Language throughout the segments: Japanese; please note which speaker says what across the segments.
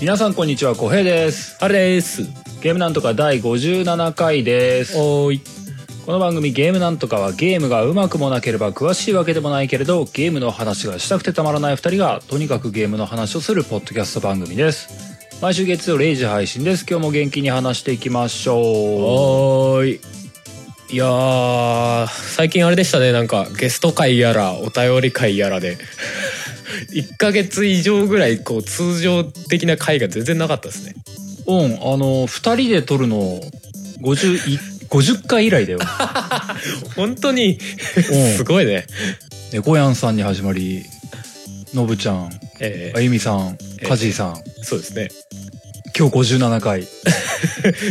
Speaker 1: 皆さんこんにちは、小平です。
Speaker 2: あれです。
Speaker 1: ゲームなんとか第57回です。
Speaker 2: おーい。
Speaker 1: この番組ゲームなんとかはゲームがうまくもなければ詳しいわけでもないけれど、ゲームの話がしたくてたまらない二人が、とにかくゲームの話をするポッドキャスト番組です。毎週月曜0時配信です。今日も元気に話していきましょう。
Speaker 2: おーい。いやー、最近あれでしたね。なんかゲスト会やら、お便り会やらで。1ヶ月以上ぐらいこう通常的な会が全然なかったですね。
Speaker 1: うん、あの、二人で撮るの、50、50回以来 だよ。
Speaker 2: 本当に すごいね。
Speaker 1: 猫やんさんに始まり、のぶちゃん、
Speaker 2: えー
Speaker 1: あゆみさん、かじいさん、
Speaker 2: そうですね。
Speaker 1: 今日57回。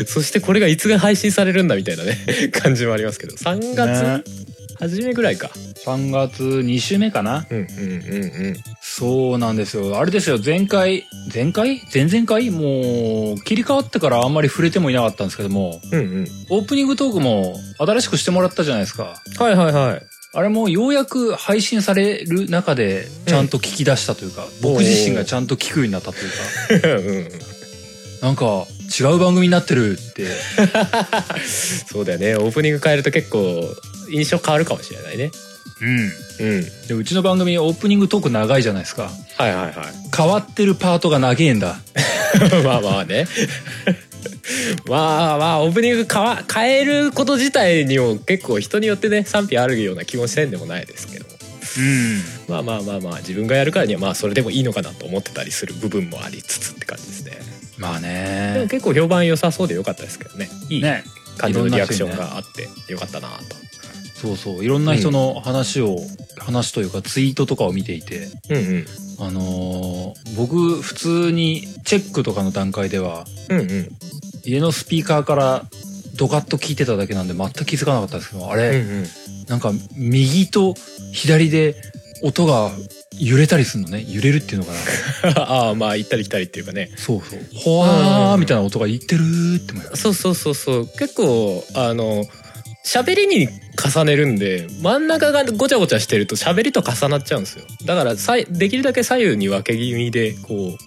Speaker 2: そしてこれがいつ配信されるんだみたいなね 感じもありますけど、3
Speaker 1: ね
Speaker 2: 月初めぐらいか。
Speaker 1: 3月2週目かな
Speaker 2: うんうんうんうん。
Speaker 1: そうなんですよ。あれですよ、前回、前回前々回もう、切り替わってからあんまり触れてもいなかったんですけども、
Speaker 2: うんうん。
Speaker 1: オープニングトークも新しくしてもらったじゃないですか。
Speaker 2: はいはいはい。
Speaker 1: あれもようやく配信される中で、ちゃんと聞き出したというか、僕自身がちゃんと聞くようになったというか、
Speaker 2: うん、
Speaker 1: なんか、違う番組になってるって、
Speaker 2: そうだよね。オープニング変えると結構印象変わるかもしれないね。
Speaker 1: うん。
Speaker 2: うん。
Speaker 1: で、うちの番組オープニングトーク長いじゃないですか。
Speaker 2: はいはいは
Speaker 1: 変わってるパートが長えんだ。
Speaker 2: い。まあまあね。まあまあオープニング変わ変えること自体にも結構人によってね賛否あるような気もせんでもないですけど
Speaker 1: うん。
Speaker 2: まあまあまあまあ自分がやるからにはまあそれでもいいのかなと思ってたりする部分もありつつって感じですね
Speaker 1: まあ
Speaker 2: でも
Speaker 1: ね。
Speaker 2: 結構評判良さそうで良かったですけどねいい
Speaker 1: ね。
Speaker 2: 感じのリアクションがあって良かったなと、
Speaker 1: そうそういろんな人の話を、話というかツイートとかを見ていて
Speaker 2: うん
Speaker 1: あのー僕普通にチェックとかの段階では
Speaker 2: うんうんうん
Speaker 1: 家のスピーカーからドカッと聞いてただけなんで全く気づかなかったんですけどあれ、
Speaker 2: うん
Speaker 1: なんか右と左で音が揺れたりするのね揺れるっていうのかな
Speaker 2: ああまあ行ったり来たりっていうかね
Speaker 1: そうそうほわーみたいな音が言ってるーって思います
Speaker 2: そうそうそうそう結構あの喋りに重ねるんで真ん中がごちゃごちゃしてると喋りと重なっちゃうんですよだからさいできるだけ左右に分け気味でこ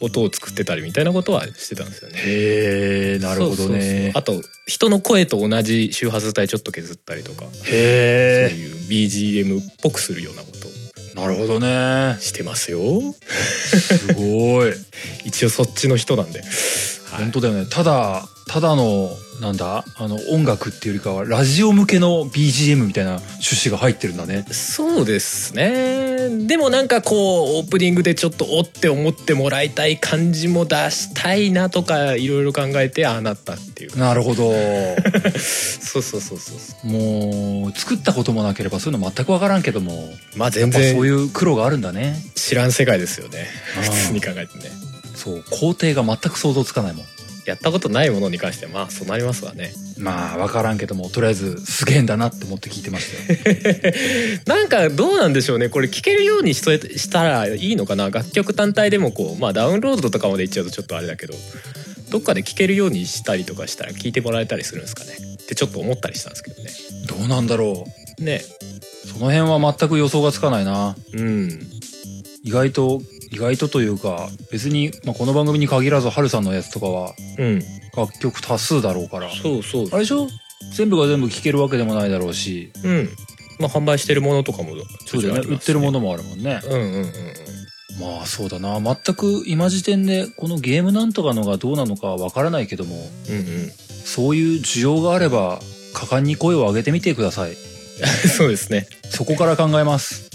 Speaker 2: う音を作ってたりみたいなことはしてたんですよね
Speaker 1: へーなるほどね
Speaker 2: そうそうそうあと人の声と同じ周波数帯ちょっと削ったりとか、
Speaker 1: へ
Speaker 2: そういう BGM っぽくするようなことを
Speaker 1: ーなるほどね
Speaker 2: してますよ
Speaker 1: すごい
Speaker 2: 一応そっちの人なんで、はい
Speaker 1: 本当だよねただただのなんだあの音楽っていうよりかはラジオ向けの BGM みたいな趣旨が入ってるんだね
Speaker 2: そうですねでもなんかこうオープニングでちょっとおって思ってもらいたい感じも出したいなとかいろいろ考えてああなったっていうか
Speaker 1: なるほ ど
Speaker 2: そうそうそうそうそ
Speaker 1: もう作ったこともなければそういうの全く分からんけども
Speaker 2: うまあ
Speaker 1: や
Speaker 2: 全
Speaker 1: っぱそう
Speaker 2: 然
Speaker 1: いう苦労があるんだね
Speaker 2: 知らん世界ですよね
Speaker 1: あー
Speaker 2: 普通に考えてね
Speaker 1: そう工程が全く想像つかないもん
Speaker 2: やったことないものに関してはまあそうなりますわね
Speaker 1: まあ分からんけどもとりあえずすげえんだなって思って聞いてました よ
Speaker 2: なんかどうなんでしょうねこれ聴けるようにしとしたらいいのかな楽曲単体でもこうまあダウンロードとかまでいっちゃうとちょっとあれだけどどっかで聴けるようにしたりとかしたら聴いてもらえたりするんですかねってちょっと思ったりしたんですけどね
Speaker 1: どうなんだろ
Speaker 2: ね
Speaker 1: うその辺は全く予想がつかないな
Speaker 2: うん
Speaker 1: 意外と意外とというか別に、まあ、この番組に限らずハルさんのやつとかは
Speaker 2: うん
Speaker 1: 楽曲多数だろうから
Speaker 2: そうそう
Speaker 1: あれでしょ全部が全部聴けるわけでもないだろうし、
Speaker 2: うんまあ販売してるものとかも
Speaker 1: そうだよね。売ってるもの
Speaker 2: の
Speaker 1: もあるもんね。
Speaker 2: うんうんうんうん
Speaker 1: まあそうだな。全く今時点でこのゲームなんとかのがどうなのかわからないけども、
Speaker 2: うんうん
Speaker 1: そういう需要があれば、果敢に声を上げてみてください。
Speaker 2: そうですね
Speaker 1: そこから考えます。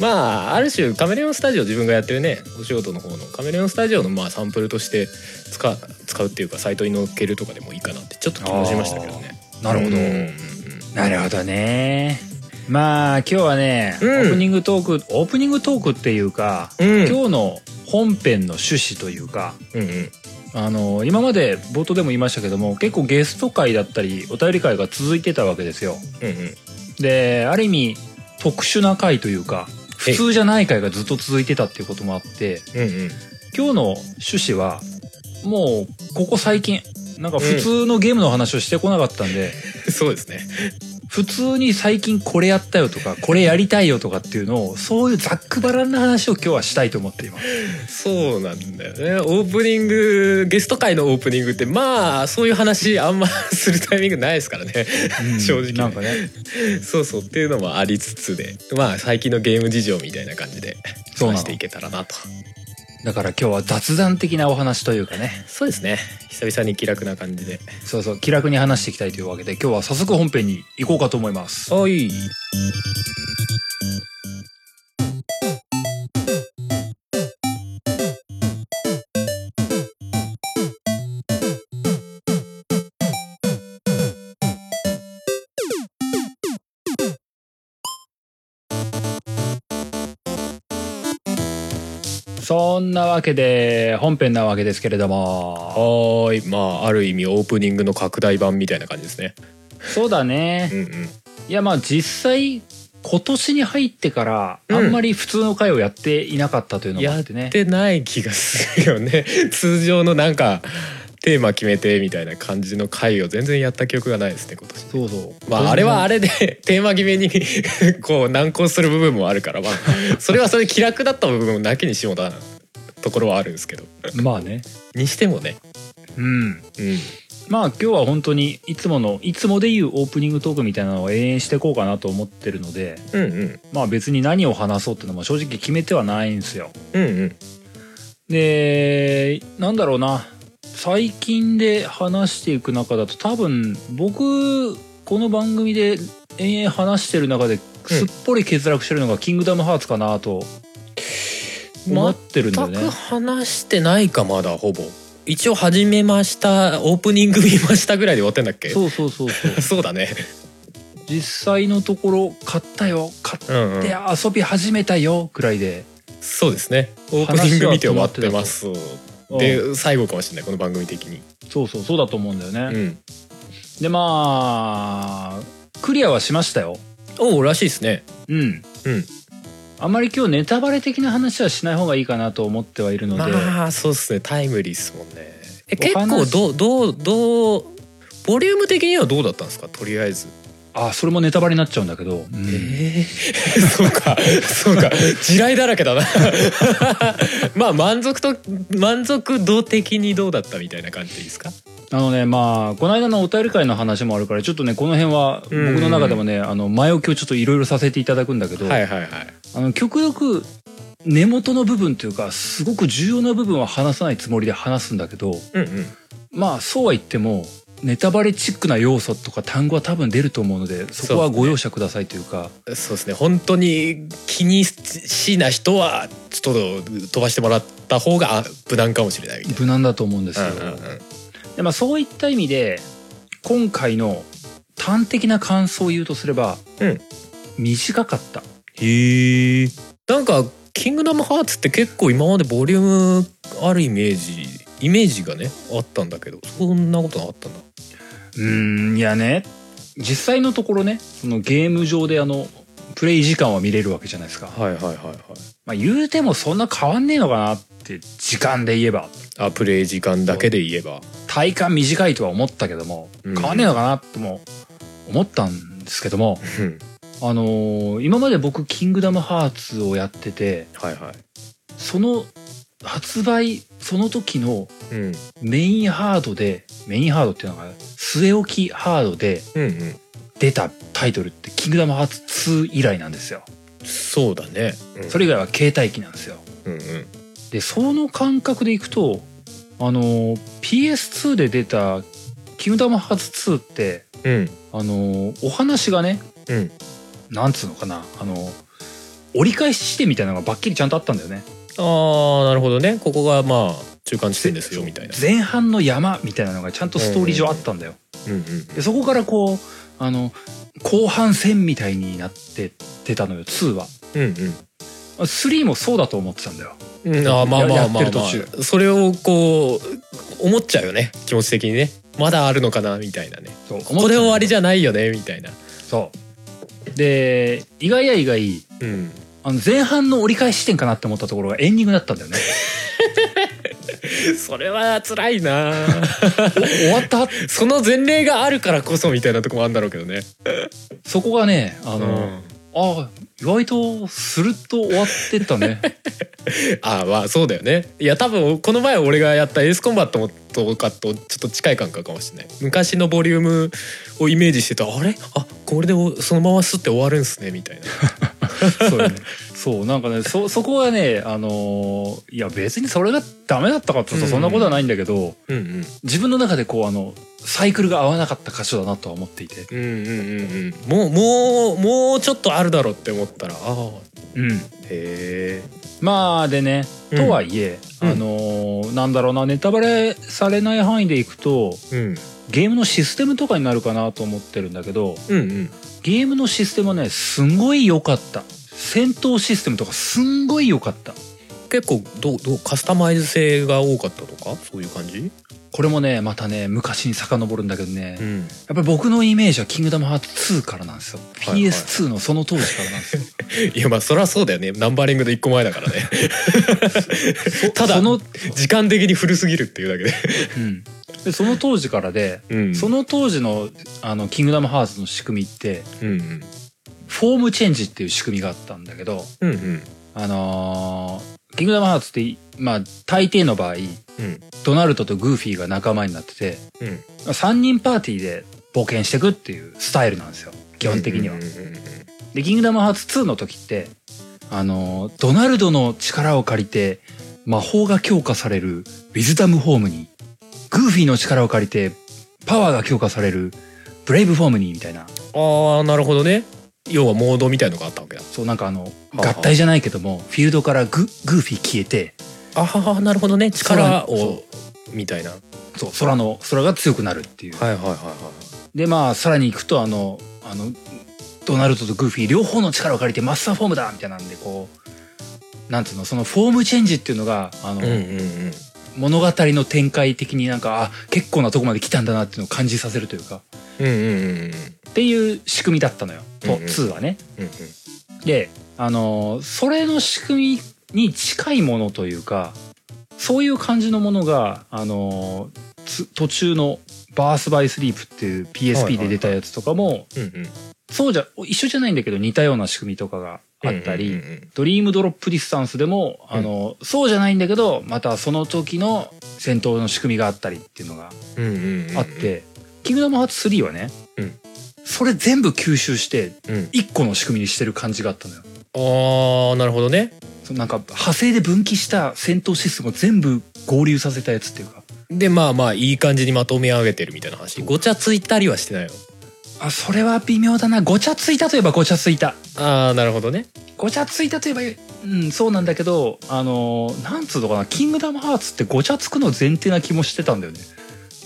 Speaker 2: まあある種カメレオンスタジオ自分がやってるねお仕事の方のカメレオンスタジオのまあサンプルとして使使うっていうかサイトに載っけるとかでもいいかなってちょっと気もしましたけどね
Speaker 1: なるほど。
Speaker 2: うんうんうんうん
Speaker 1: なるほどね。まあ今日はね、
Speaker 2: うん
Speaker 1: オープニングトーク、オープニングトークっていうか、
Speaker 2: うん
Speaker 1: 今日の本編の趣旨というか、
Speaker 2: うんうん
Speaker 1: あの今まで冒頭でも言いましたけども結構ゲスト会だったりお便り会が続いてたわけですよ
Speaker 2: うんうん
Speaker 1: である意味特殊な会というか普通じゃない会がずっと続いてたっていうこともあって
Speaker 2: うんうん
Speaker 1: 今日の趣旨はもうここ最近なんか普通のゲームの話をしてこなかったんで、
Speaker 2: そうですね
Speaker 1: 普通に最近これやったよとかこれやりたいよとかっていうのをそういうざっくばらんな話を今日はしたいと思っています
Speaker 2: そうなんだよねオープニングゲスト会のオープニングってまあそういう話あんま するタイミングないですからね、 正直
Speaker 1: なんかね
Speaker 2: そうそうっていうのもありつつでまあ最近のゲーム事情みたいな感じで
Speaker 1: そうなの
Speaker 2: 話していけたらなと
Speaker 1: だから今日は雑談的なお話というかね
Speaker 2: そうですね久々に気楽な感じで
Speaker 1: そうそう気楽に話していきたいというわけで今日は早速本編に行こうかと思います
Speaker 2: はい
Speaker 1: そんなわけで本編なわけですけれども
Speaker 2: はーいまあある意味オープニングの拡大版みたいな感じですね
Speaker 1: そうだね
Speaker 2: うんうん
Speaker 1: いやまあ実際今年に入ってから
Speaker 2: うん
Speaker 1: あんまり普通の回をやっていなかったというのもあ
Speaker 2: や
Speaker 1: っ
Speaker 2: って
Speaker 1: ね、
Speaker 2: てない気がするよね 通常のなんかテーマ決めてみたいな感じの回を全然やった記憶がないですね今年
Speaker 1: そうそう
Speaker 2: まああれはあ
Speaker 1: れ
Speaker 2: れで テーマ決めにこう難航する部分もあるからまあそれはそれで気楽だった部分もなきにしもだところはあるんですけど
Speaker 1: まあね
Speaker 2: にしてもね
Speaker 1: うん
Speaker 2: うん
Speaker 1: まあ今日は本当にいつものいつもでいうオープニングトークみたいなのを永遠していこうかなと思ってるので
Speaker 2: うんうん
Speaker 1: まあ別に何を話そうっていうのも正直決めてはないんですよ
Speaker 2: うんうん
Speaker 1: でなんだろうな最近で話していく中だと多分僕この番組で延々話してる中ですっぽり欠落してるのが「キングダムハーツ」かなと思ってるんだよ
Speaker 2: 全
Speaker 1: ね、
Speaker 2: く話してないかまだほぼ一応始めましたオープニング見ましたぐらいで終わってんだっけそ
Speaker 1: そうそうそうそう
Speaker 2: うだね
Speaker 1: 実際のところ買ったよ買っ
Speaker 2: うん、うん
Speaker 1: て遊び始めたよくらいで
Speaker 2: そうですねオープニング見て終わってますで最後かもしれないこの番組的に
Speaker 1: そうそうそうだと思うんだよね、
Speaker 2: うん
Speaker 1: でまあクリアはしましたよ
Speaker 2: おおらしいですね
Speaker 1: うん
Speaker 2: うん
Speaker 1: あまり今日ネタバレ的な話はしない方がいいかなと思ってはいるので、
Speaker 2: まあそうですねタイムリーですもんねえ結
Speaker 1: お話
Speaker 2: 構どうどうどうボリューム的にはどうだったんですかとりあえず、
Speaker 1: あそれもネタバレになっちゃうんだけど、うん
Speaker 2: え そうかそうか地雷だらけだな まあ満足と満足度的にどうだったみたいな感じでいいですか
Speaker 1: あのねまあこの間のお便り会の話もあるからちょっとねこの辺は僕
Speaker 2: うん
Speaker 1: の中でもね、あの前置きをちょっといろいろさせていただくんだけど、
Speaker 2: はいはいはい
Speaker 1: あの極力根元の部分というかすごく重要な部分は話さないつもりで話すんだけど
Speaker 2: うんうん
Speaker 1: まあそうは言ってもネタバレチックな要素とか単語は多分出ると思うのでそこはご容赦くださいというか。
Speaker 2: そうですね本当に気にしな人はちょっと飛ばしてもらった方があ無難かもしれないみたい
Speaker 1: 無難だと思うんですよ、
Speaker 2: な。うんうんうん
Speaker 1: でまあ、そういった意味で今回の端的な感想を言うとすれば、
Speaker 2: うん
Speaker 1: 短かった
Speaker 2: へえなんか「キングダムハーツ」って結構今までボリュームあるイメージイメージがねあったんだけどそんなことなかったんだ
Speaker 1: うんいやね実際のところねそのゲーム上であのプレイ時間は見れるわけじゃないですか、
Speaker 2: はいはいはいはい
Speaker 1: まあ、言うてもそんな変わんねえのかなって時間で言えば
Speaker 2: あプレイ時間だけで言えば
Speaker 1: 体感短いとは思ったけども
Speaker 2: う
Speaker 1: 変
Speaker 2: ん
Speaker 1: わんねえのかなとも思ったんですけども、
Speaker 2: うん
Speaker 1: あのー今まで僕「キングダムハーツ」をやってて
Speaker 2: はいはい
Speaker 1: その発売その時の
Speaker 2: うん
Speaker 1: メインハードでメインハードっていうのが据え置きハードで
Speaker 2: うんうん
Speaker 1: 出たタイトルって「キングダムハーツ2」以来なんですよ
Speaker 2: そうだね、うん、
Speaker 1: それ以外は携帯機なんですよ
Speaker 2: うんうん
Speaker 1: でその感覚でいくとあの PS2 で出た「キングダムハーツ2」って
Speaker 2: うん
Speaker 1: あのお話がね
Speaker 2: うん
Speaker 1: なんつうのかなあの折り返し地点みたいなのがばっきりちゃんとあったんだよね
Speaker 2: ああなるほどねここがまあ中間地点ですよみたいな
Speaker 1: 前半の山みたいなのがちゃんとストーリー上あったんだよ
Speaker 2: うんうん
Speaker 1: でそこからこうあの後半戦みたいになってってたのよ2は
Speaker 2: うん
Speaker 1: あ3もそうだと思ってたんだよ
Speaker 2: うんうんあーまあまあまあ、ま
Speaker 1: やってる途
Speaker 2: あ、それをこう思っちゃうよね気持ち的にねまだあるのかなみたいなね
Speaker 1: そう
Speaker 2: ここで終わりじ
Speaker 1: ゃ
Speaker 2: ゃないよねみたいな。
Speaker 1: そうで意外や意外
Speaker 2: うん、
Speaker 1: あの前半の折り返し地点かなって思ったところがエンディングだったん だよね
Speaker 2: それは辛いな
Speaker 1: 終わった
Speaker 2: その前例があるからこそみたいなとこもあるんだろうけどね
Speaker 1: そこがねあ
Speaker 2: う
Speaker 1: の、
Speaker 2: ん
Speaker 1: あ意外とスルッと終わってった ね
Speaker 2: ああまあそうだよねいや多分この前俺がやったエースコンバットとかとちょっと近い感覚かもしれない昔のボリュームをイメージしてたあれあこれでおそのまますって終わるんすねみ たいな
Speaker 1: そうねそうなんかねそそこはねあのいや別にそれがダメだったかって言うとそんなことはないんだけど、
Speaker 2: うんうん
Speaker 1: 自分の中でこうあのサイクルが合わなかった箇所だなとは思っていて
Speaker 2: うんうんうんうんもうもうもうちょっとあるだろうって思ったらああ
Speaker 1: うん
Speaker 2: へえ
Speaker 1: まあでね
Speaker 2: うん
Speaker 1: とはいえ、
Speaker 2: うん
Speaker 1: あのーなんだろうなネタバレされない範囲でいくと
Speaker 2: うん
Speaker 1: ゲームのシステムとかになるかなと思ってるんだけど
Speaker 2: うんうん
Speaker 1: ゲームのシステムはねすんごい良かった戦闘システムとかすんごい良かった
Speaker 2: 結構どうどうカスタマイズ性が多かったとかそういう感じ
Speaker 1: これもねまたね昔に遡るんだけどね、やっ
Speaker 2: ん
Speaker 1: ぱり僕のイメージは「キングダムハーツ2」からなんですよ、
Speaker 2: いはい
Speaker 1: PS2 のその当時からなんです よ
Speaker 2: いやまあそりゃそうだよねナンバリングの一個前だか らねただ
Speaker 1: その、
Speaker 2: 時間的に古すぎるっていうだけで
Speaker 1: うん、でその当時からで
Speaker 2: うん
Speaker 1: その当時のあのキングダムハーツの仕組みって
Speaker 2: うんうん
Speaker 1: フォームチェンジっていう仕組みがあったんだけど、
Speaker 2: うんうん
Speaker 1: あのーキングダムハーツって、まあ、大抵の場合、
Speaker 2: うん
Speaker 1: ドナルドとグーフィーが仲間になってて、
Speaker 2: うん
Speaker 1: 3人パーティーで冒険してくっていうスタイルなんですよ。基本的には。
Speaker 2: うんうんうん
Speaker 1: で、キングダムハーツ2の時って、あのードナルドの力を借りて、魔法が強化されるウィズダムホームに、グーフィーの力を借りて、パワーが強化されるブレイブフォームに、みたいな。
Speaker 2: ああなるほどね要はモードみたいのがあったわけだ
Speaker 1: そうなんかあの
Speaker 2: あはあ
Speaker 1: 合体じゃないけどもフィールドからググーフィー消えて
Speaker 2: あははなるほどね力
Speaker 1: そう
Speaker 2: をみたいなはい
Speaker 1: そう空の空が強くなるっていう、
Speaker 2: はいはいは
Speaker 1: でまあさらに行くとあのあのドナルドとグーフィー両方の力を借りてマスターフォームだみたいなんでこうなんつうのそのフォームチェンジっていうのがあの、
Speaker 2: うんうんうん
Speaker 1: 物語の展開的になんかあ結構なとこまで来たんだなっていうのを感じさせるというか
Speaker 2: うんうんうんうん
Speaker 1: っていう仕組みだったのよ、と
Speaker 2: うんうん
Speaker 1: 2はね。
Speaker 2: うんうん
Speaker 1: であのーそれの仕組みに近いものというかそういう感じのものがあのーつ途中の「バース・バイ・スリープ」っていう
Speaker 2: はい
Speaker 1: PSP
Speaker 2: はい
Speaker 1: で出たやつとかも、
Speaker 2: うんうん
Speaker 1: そうじゃ一緒じゃないんだけど似たような仕組みとかがあったり、
Speaker 2: うんうんうん
Speaker 1: ドリームドロップディスタンスでもあのー、そうじゃないんだけどまたその時の戦闘の仕組みがあったりっていうのが
Speaker 2: うんうんうんうん
Speaker 1: あって、キングダムハーツ3はね、
Speaker 2: うん
Speaker 1: それ全部吸収して
Speaker 2: うん
Speaker 1: 1個の仕組みにしてる感じがあったのよ。
Speaker 2: ああなるほどね
Speaker 1: そのなんか派生で分岐した戦闘システムを全部合流させたやつっていうか
Speaker 2: でまあまあいい感じにまとめ上げてるみたいな話ごちゃついたりはしてないよ
Speaker 1: あそれは微妙だなごちゃついたといえばごちゃついた
Speaker 2: ああなるほどね
Speaker 1: ごちゃついたといえばうんそうなんだけどあのーなんつうのかな「キングダムハーツ」ってごちゃつくの前提な気もしてたんだよね。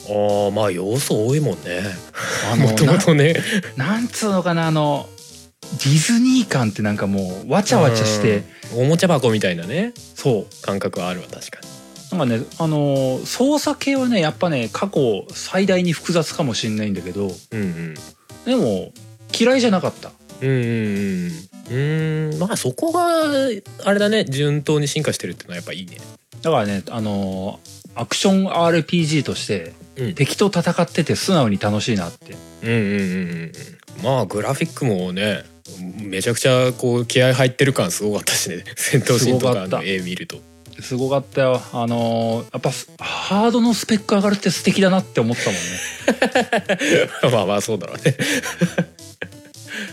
Speaker 2: ああまあ要素多いもんね
Speaker 1: あ の
Speaker 2: もともとね
Speaker 1: ななんつうのかなあのディズニー感ってなんかもうわちゃわちゃして
Speaker 2: うんおもちゃ箱みたいなね
Speaker 1: そう
Speaker 2: 感覚はあるわ確かに
Speaker 1: なんかねあのー操作系はねやっぱね過去最大に複雑かもしれないんだけど
Speaker 2: うん
Speaker 1: でも嫌いじゃなかった。
Speaker 2: うんうんうんうんうんまあそこがあれだね順当に進化してるっていうのはやっぱいいね
Speaker 1: だからね、あのーアクション RPG として
Speaker 2: うん
Speaker 1: 敵と戦ってて素直に楽しいなって。
Speaker 2: うんうんうんうんまあグラフィックもねめちゃくちゃこう気合入ってる感すごかったしね 戦闘シーンとか
Speaker 1: すごかっ
Speaker 2: の
Speaker 1: た
Speaker 2: 絵見ると
Speaker 1: すごかったよ。あのーやっぱすハードのスペック上がるって素敵だなって思ったもんね。
Speaker 2: まあまあそうだろうね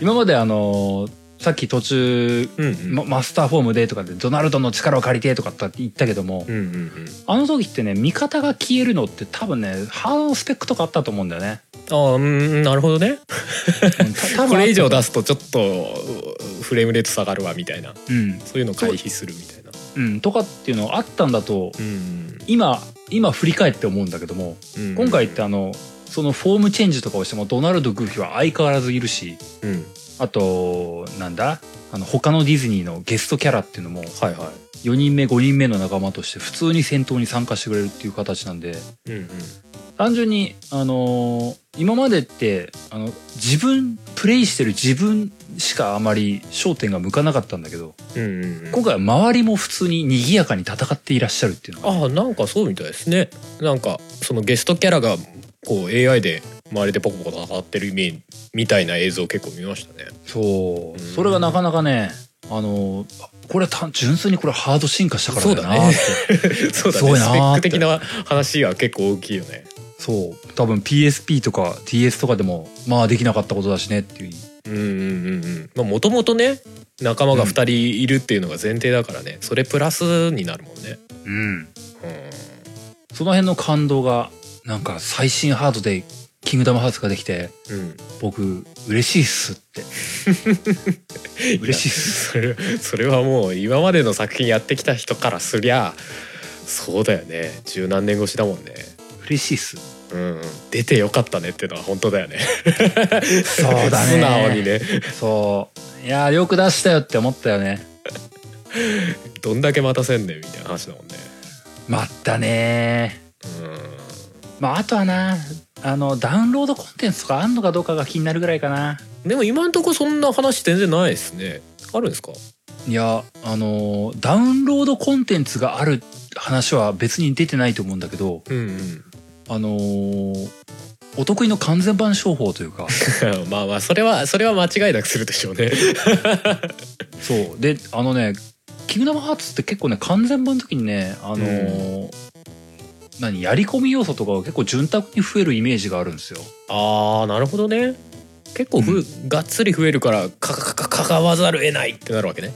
Speaker 1: 今まであのーさっき途中、
Speaker 2: うんうん
Speaker 1: ママスターフォームでとかでドナルドの力を借りてとかって言ったけども、
Speaker 2: うんうんうん
Speaker 1: あの時ってね味方が消えるのって多分ねハードのスペックとかあったと思うんだよね
Speaker 2: ああうんなるほどね
Speaker 1: うんた多
Speaker 2: こ
Speaker 1: 分あ
Speaker 2: れ
Speaker 1: っ
Speaker 2: 以上出すとちょっとうフレームレート下がるわみたいな
Speaker 1: うん、
Speaker 2: そういうの回避するみたいな
Speaker 1: うん、とかっていうのあったんだと
Speaker 2: うん
Speaker 1: 今今振り返って思うんだけども
Speaker 2: うん
Speaker 1: 今回ってあのそのフォームチェンジとかをしてもドナルド・グーフィーは相変わらずいるし
Speaker 2: うん
Speaker 1: あとなんだあの他のディズニーのゲストキャラっていうのも
Speaker 2: はいは
Speaker 1: 4人目5人目の仲間として普通に戦闘に参加してくれるっていう形なんで
Speaker 2: いうんうん
Speaker 1: 単純にあのー今までってあの自分プレイしてる自分しかあまり焦点が向かなかったんだけど
Speaker 2: うんうんうん
Speaker 1: 今回は周りも普通に賑やかに戦っていらっしゃるっていうのが
Speaker 2: ああなんかそうみたいですねなんかそのゲストキャラがこう AI で周りでポコポコ上がってるイメージみたいな映像結構見ましたね
Speaker 1: そううんそれがなかなかねあのこれは単純粋にこれハード進化したからだよなって
Speaker 2: そうだ
Speaker 1: すご
Speaker 2: ね
Speaker 1: いな
Speaker 2: ス
Speaker 1: ー
Speaker 2: ペック的な話は結構大きいよね
Speaker 1: そう多分 PSP とか TS とかでもまあできなかったことだしねっていう
Speaker 2: うんうんうんうんまあもともとね仲間が2人いるっていうのが前提だからね、それプラスになるもんね
Speaker 1: うん
Speaker 2: う
Speaker 1: その辺の感動がなんか最新ハードで「キングダムハーツ」ができて
Speaker 2: んうん
Speaker 1: 僕嬉しいっすって 嬉しいっす
Speaker 2: それそれはもう今までの作品やってきた人からすりゃそうだよね十何年越しだもんね
Speaker 1: 嬉しいっす
Speaker 2: うんうん出てよかったねっていうのは本当だよね
Speaker 1: そうだね
Speaker 2: 素直にね
Speaker 1: そういやーよく出したよって思ったよね
Speaker 2: どんだけ待たせんねんみたいな話だもんね
Speaker 1: まったねまああとはなあのダウンロードコンテンツとかあんのかどうかが気になるぐらいかな
Speaker 2: うんでも今んとこそんな話全然ないですねあるんですか
Speaker 1: いやあのーダウンロードコンテンツがある話は別に出てないと思うんだけど
Speaker 2: うんうん
Speaker 1: あのーお得意の完全版商法と いうか
Speaker 2: まあまあそれはそれは間違いなくするでしょうね
Speaker 1: そうであのね「キングダムハーツ」って結構ね完全版の時にねあのー何やり込み要素とかが結構潤沢に増えるイメージがあるんですよ
Speaker 2: ああなるほどね結構ふ、がっつり増えるからかかかかかわざるを得ないってなるわけね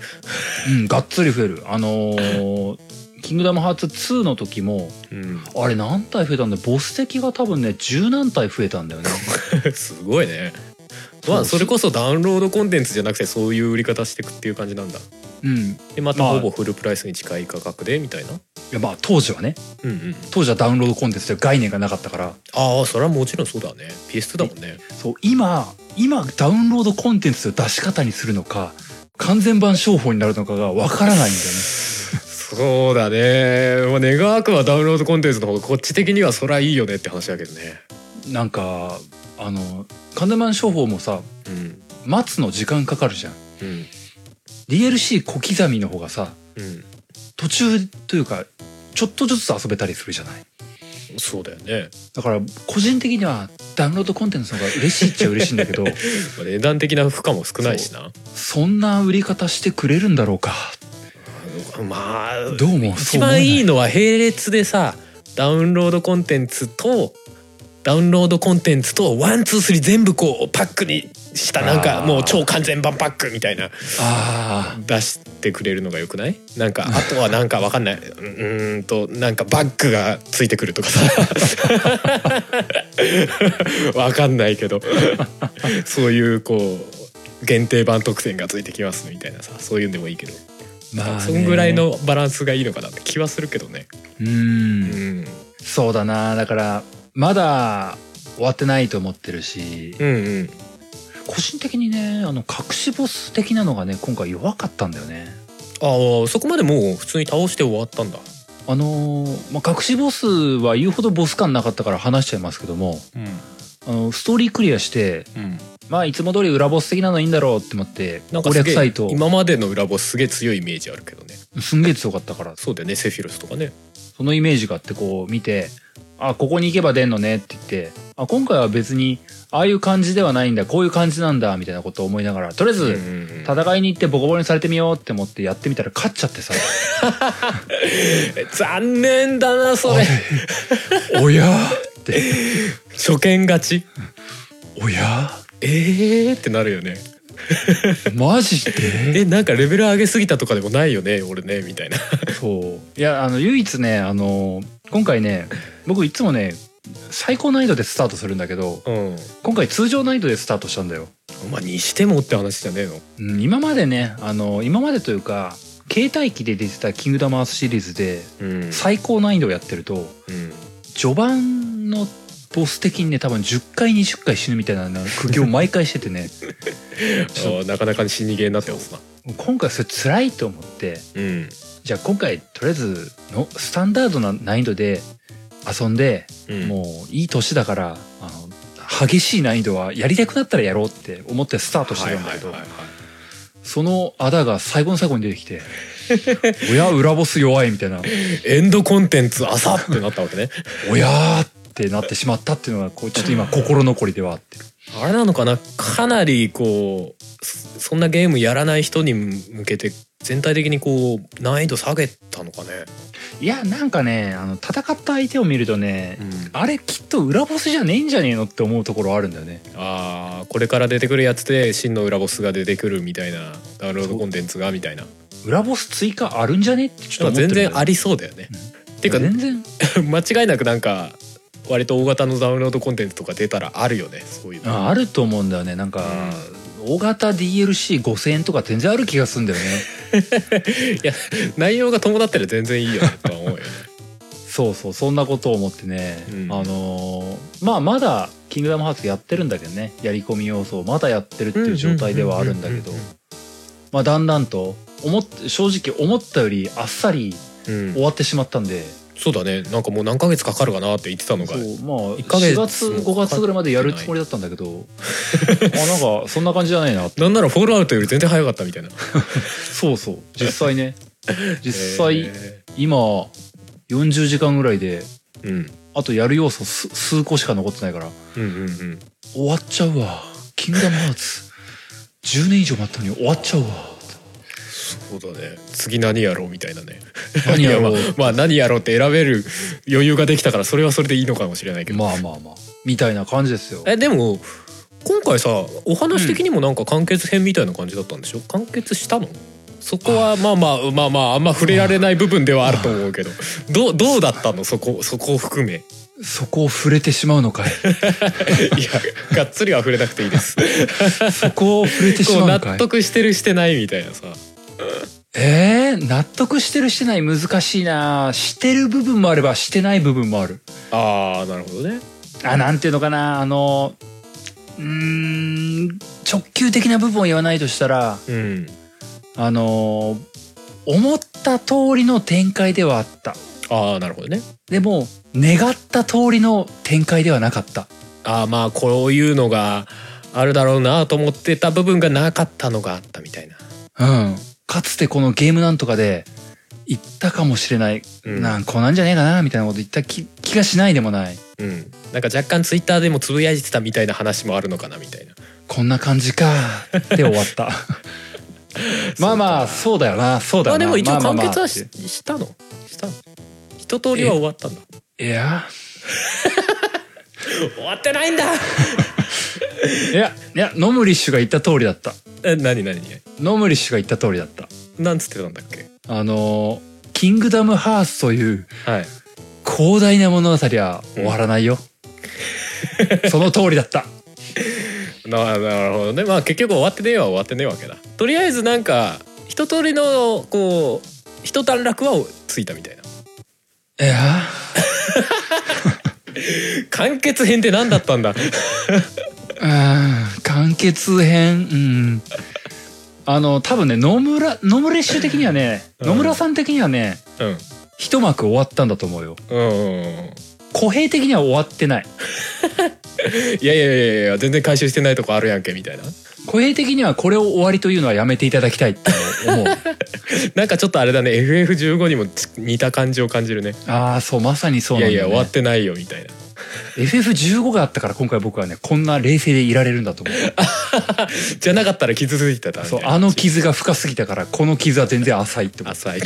Speaker 1: うんがっつり増えるあの ーキングダムハーツ2」の時も
Speaker 2: うん
Speaker 1: あれ何体増えたんだボス敵が多分ね十何体増えたんだよね
Speaker 2: すごいね。まあそれこそダウンロードコンテンツじゃなくてそういう売り方してくっていう感じなんだ。
Speaker 1: うんい
Speaker 2: でまた
Speaker 1: まあ
Speaker 2: ほぼフルプライスに近い価格でみたいな。
Speaker 1: やまあ当時はね
Speaker 2: うんうん。
Speaker 1: 当時はダウンロードコンテンツという概念がなかったから
Speaker 2: ああそれはもちろんそうだね。PS2 だもんね。
Speaker 1: そう今今ダウンロードコンテンツの出し方にするのか完全版商法になるのかがわからないんだよね
Speaker 2: そうだね。まあ願わくはダウンロードコンテンツの方がこっち的にはそりゃいいよねって話だけどね。
Speaker 1: なんかあの完全版商法もさ
Speaker 2: うん
Speaker 1: 待つの時間かかるじゃん
Speaker 2: うん。
Speaker 1: DLC 小刻みの方がさ
Speaker 2: うん、
Speaker 1: 途中というかちょっとずつ遊べたりするじゃない
Speaker 2: そうだよね、
Speaker 1: だから個人的にはダウンロードコンテンツの方が嬉しいっちゃ嬉しいんだけど
Speaker 2: まあ、値段的な負荷も少ないしな
Speaker 1: そんな売り方してくれるんだろうか
Speaker 2: あのまあ
Speaker 1: どうも
Speaker 2: 一
Speaker 1: そう思えな
Speaker 2: 番いい
Speaker 1: い
Speaker 2: のは並列でさダウンロードコンテンツとダウンロードコンテンツとワンツースリー全部こうパックにしたなん
Speaker 1: あ
Speaker 2: か
Speaker 1: ー
Speaker 2: もう超完全版パックみたいな
Speaker 1: あ
Speaker 2: 出してくれるのがよくないなんかあとはなんかわかんないうーんとなんかバッグがついてくるとかさ わかんないけどそういうこう限定版特典がついてきますみたいなさそういうのでもいいけど、
Speaker 1: ーまあね
Speaker 2: そんぐらいのバランスがいいのかなって気はするけどね。
Speaker 1: う
Speaker 2: うんん
Speaker 1: そうだなだからまだ終わってないと思ってるし
Speaker 2: うんうん、
Speaker 1: 個人的にねあの隠しボス的なのがね今回弱かったんだよね
Speaker 2: ああそこまでもう普通に倒して終わったんだ、
Speaker 1: あのーまあ、隠しボスは言うほどボス感なかったから話しちゃいますけども
Speaker 2: うん
Speaker 1: あのストーリークリアして
Speaker 2: うん、
Speaker 1: まあいつも通り裏ボス的なのいいんだろうって思って
Speaker 2: なんか
Speaker 1: 攻
Speaker 2: す
Speaker 1: 略
Speaker 2: げ
Speaker 1: サ
Speaker 2: え
Speaker 1: イト
Speaker 2: 今までの裏ボスすげえ強いイメージあるけどね
Speaker 1: すんげえ強かったから
Speaker 2: そうだよねセフィロスとかね
Speaker 1: そのイメージがあってこう見て、あ、ここに行けば出んのねって言って、あ、今回は別に、ああいう感じではないんだ、こういう感じなんだ、みたいなことを思いながら、とりあえ
Speaker 2: うん
Speaker 1: ず、戦いに行ってボコボコにされてみようって思ってやってみたら勝っちゃってさ、
Speaker 2: 残念だなそれ
Speaker 1: おやーって、
Speaker 2: 初見勝ち
Speaker 1: おや
Speaker 2: えーってなるよね
Speaker 1: ーマジで
Speaker 2: えなんかレベル上げすぎたとかでもないよね俺ねみた いな
Speaker 1: そう。いや、あの、唯一ね、あの、今回ね、僕いつもね、最高難易度でスタートするんだけど、
Speaker 2: うん
Speaker 1: 今回通常難易度でスタートしたんだよ。
Speaker 2: まあにしてもって話じゃねえの
Speaker 1: うん今までねあの今までというか携帯機で出てた「キングダムアース」シリーズで
Speaker 2: うん
Speaker 1: 最高難易度をやってると
Speaker 2: うん
Speaker 1: 序盤のボス的にね多分10回20回死ぬみたいな苦行を毎回してて ねちょ
Speaker 2: あーなかなか死にゲーになってますな
Speaker 1: 今回それ辛いと思って
Speaker 2: うん
Speaker 1: じゃあ今回とりあえずのスタンダードな難易度で遊んで、
Speaker 2: うん
Speaker 1: もういい年だからあの激しい難易度はやりたくなったらやろうって思ってスタートして
Speaker 2: はい
Speaker 1: るん
Speaker 2: は
Speaker 1: だ
Speaker 2: い
Speaker 1: けど
Speaker 2: はいはい
Speaker 1: そのあだが最後の最後に出てき て「おや裏ボス弱い」みたいな
Speaker 2: エンドコンテンツ朝ってなったわけね
Speaker 1: 「おやー」っってなってしまったっていうのがこうちょっと今心残りではあって
Speaker 2: あれなのかなかなりこうそそんなゲームやらない人に向けて全体的にこう難易度下げたのかね、
Speaker 1: いやなんかねあの戦った相手を見るとね、
Speaker 2: あ
Speaker 1: あれきっと裏ボスじゃねえんじゃねえのって思うところあるんだよね
Speaker 2: あーこれから出てくるやつで真の裏ボスが出てくるみたいなダウンロードコンテンツがみたいな
Speaker 1: 裏ボス追加あるんじゃねってちょっと思ってる
Speaker 2: 全
Speaker 1: んだよ
Speaker 2: 然ありそうだよね、てか
Speaker 1: 全然
Speaker 2: 間違いなくなんか割と大型のダウンロードコンテンツとか出たらあるよねそういうの
Speaker 1: ああると思うんだよねなんか、大型 DLC5000 円とか全然ある気がするんだ よね
Speaker 2: 内容が伴ってら全然い いよねとは思うよね
Speaker 1: そうそうそんなことを思ってね、
Speaker 2: うん
Speaker 1: あのーまあまだ「キングダムハーツ」やってるんだけどねやり込み要素をまだやってるっていう状態ではあるんだけど
Speaker 2: うんうん
Speaker 1: まあだんだんと思っ正直思ったよりあっさり
Speaker 2: うん
Speaker 1: 終わってしまったんで、
Speaker 2: そうだねなんかもう何ヶ月かかるかなって言ってたのが
Speaker 1: そうまあ
Speaker 2: 一ヶ月
Speaker 1: 4月5月ぐらいまでやるつもりだったんだけどあなんかそんな感じじゃないなって
Speaker 2: なんならフォールアウトより全然早かったみたいな
Speaker 1: そうそう実際 ね実際、
Speaker 2: え
Speaker 1: 今40時間ぐらいで
Speaker 2: ーうん
Speaker 1: あとやる要素す数個しか残ってないから
Speaker 2: うんうんうん
Speaker 1: 終わっちゃうわ「キングダムハーツ」10年以上待ったのに終わっちゃうわ
Speaker 2: そうだね次何やろうみたいなね
Speaker 1: 何やろう
Speaker 2: いまあ、まあ何やろうって選べる余裕ができたからそれはそれでいいのかもしれないけど、
Speaker 1: まあまあまあみたいな感じですよ
Speaker 2: えでも今回さお話的にもなんか完結編みたいな感じだったんでしょ、完結したのそこはまあまあまあまああんま触れられない部分ではあると思うけどどうどうだったのそこそこを含め
Speaker 1: そこを触れてしまうのかい
Speaker 2: いやがっつりは触れなくていいです
Speaker 1: そこを触れてしま
Speaker 2: こう
Speaker 1: うの
Speaker 2: 納
Speaker 1: かい
Speaker 2: 得してるしてないみたいなさ
Speaker 1: えー、納得してるしてない難しいなしてる部分もあればしてない部分もある
Speaker 2: あーなるほどね
Speaker 1: あなんていうのかなあのうーん直球的な部分を言わないとしたら
Speaker 2: うん
Speaker 1: あの思った通りの展開ではあった
Speaker 2: ああなるほどね
Speaker 1: でも願った通りの展開ではなかった
Speaker 2: ああまあこういうのがあるだろうなと思ってた部分がなかったのがあったみたいな。
Speaker 1: うんかつてこのゲームなんとかで言ったかもしれない、
Speaker 2: うん
Speaker 1: なんこうなんじゃねえかなみたいなこと言った気気がしないでもない
Speaker 2: うん、なんか若干ツイッターでもつぶやいてたみたいな話もあるのかなみたいな。
Speaker 1: こんな感じか で終わった まあまあそうだよなそうだよな
Speaker 2: まあでも一応完
Speaker 1: まあまあ
Speaker 2: 結
Speaker 1: まあ
Speaker 2: はし,、したのしたの一通りは終わったんだ。
Speaker 1: いや
Speaker 2: 終わってないんだ
Speaker 1: いやいやノムリッシュが言った通りだった
Speaker 2: え何何何
Speaker 1: ノムリッシュが言った通りだった
Speaker 2: なんつってたんだっけ
Speaker 1: あのキングダムハーツという
Speaker 2: はい。
Speaker 1: 広大な物語は終わらない よ、その通りだった
Speaker 2: ななるほどねまあ結局終わってねえは終わってねえわけだ。とりあえずなんか一通りのこう一段落はついた みたいな。
Speaker 1: いや
Speaker 2: 完結編って何だった んだ
Speaker 1: うん完結編うんあの多分ね野村野村シュ的にはね、
Speaker 2: うん
Speaker 1: 野村さん的にはね
Speaker 2: うん。
Speaker 1: 一幕終わったんだと思うよ
Speaker 2: うんうんうん
Speaker 1: 小平的には終わってない
Speaker 2: いやいやいやいや全然回収してないとこあるやんけみたいな
Speaker 1: 小平的にはこれを終わりというのはやめていただきたいって思 う
Speaker 2: なんかちょっとあれだね FF15 にもち似た感じを感じるね
Speaker 1: ああそうまさにそう
Speaker 2: い
Speaker 1: な
Speaker 2: や
Speaker 1: んだ
Speaker 2: いや
Speaker 1: よ、ね、
Speaker 2: 終わってないよみたいな
Speaker 1: FF15 があったから今回僕はねこんな冷静でいられるんだと思う
Speaker 2: じゃなかったら傷ついてたみた
Speaker 1: そう
Speaker 2: いな
Speaker 1: あの傷が深すぎたからこの傷は全然浅いって思う
Speaker 2: 浅い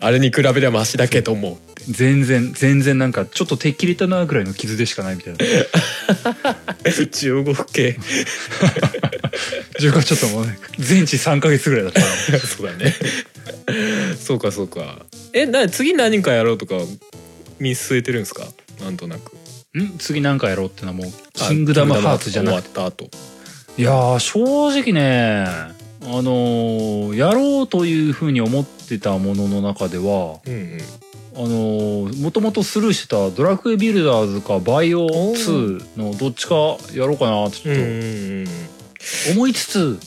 Speaker 2: あれに比べればマシだけども
Speaker 1: 全然全然なんかちょっと手切れたなぐらいの傷でしかないみたいな
Speaker 2: 15系
Speaker 1: 自分はちょっともうね全治3ヶ月ぐらいだったから
Speaker 2: そうだねそうかそうかえな次何かやろうとか見据えてるんですかなんとなく
Speaker 1: ん次なんかやろうってのはもう「
Speaker 2: あ
Speaker 1: キングダムハーツ」じゃなくて
Speaker 2: キングダムハーツ終わった後
Speaker 1: いやー正直ねあのーやろうというふうに思ってたものの中では
Speaker 2: うんうん
Speaker 1: あのーもともとスルーしてた「ドラクエビルダーズ」か「バイオ2」のどっちかやろうかなってちょっと
Speaker 2: うん
Speaker 1: 思いつつ、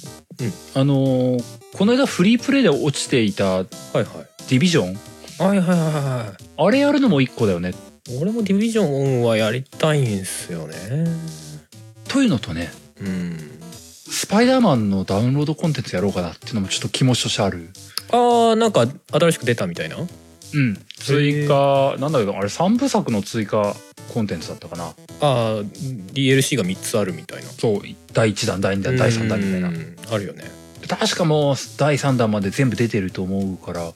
Speaker 1: あのーこの間フリープレイで落ちていたデ
Speaker 2: はいはい
Speaker 1: ィビジョン
Speaker 2: はいはいはいはい
Speaker 1: あれやるのも一個だよね
Speaker 2: 俺もディビジョンはやりたいんすよね
Speaker 1: というのとね
Speaker 2: うん
Speaker 1: スパイダーマンのダウンロードコンテンツやろうかなっていうのもちょっと気持ちとしてある
Speaker 2: あーなんか新しく出たみたいな
Speaker 1: うん追加なんだけどあれ3部作の追加コンテンツだったかな
Speaker 2: ああ DLC が3つあるみたいな
Speaker 1: そう第1弾第2弾第3弾みたいな
Speaker 2: うんあるよね
Speaker 1: 確かもう第3弾まで全部出てると思うから
Speaker 2: おおそ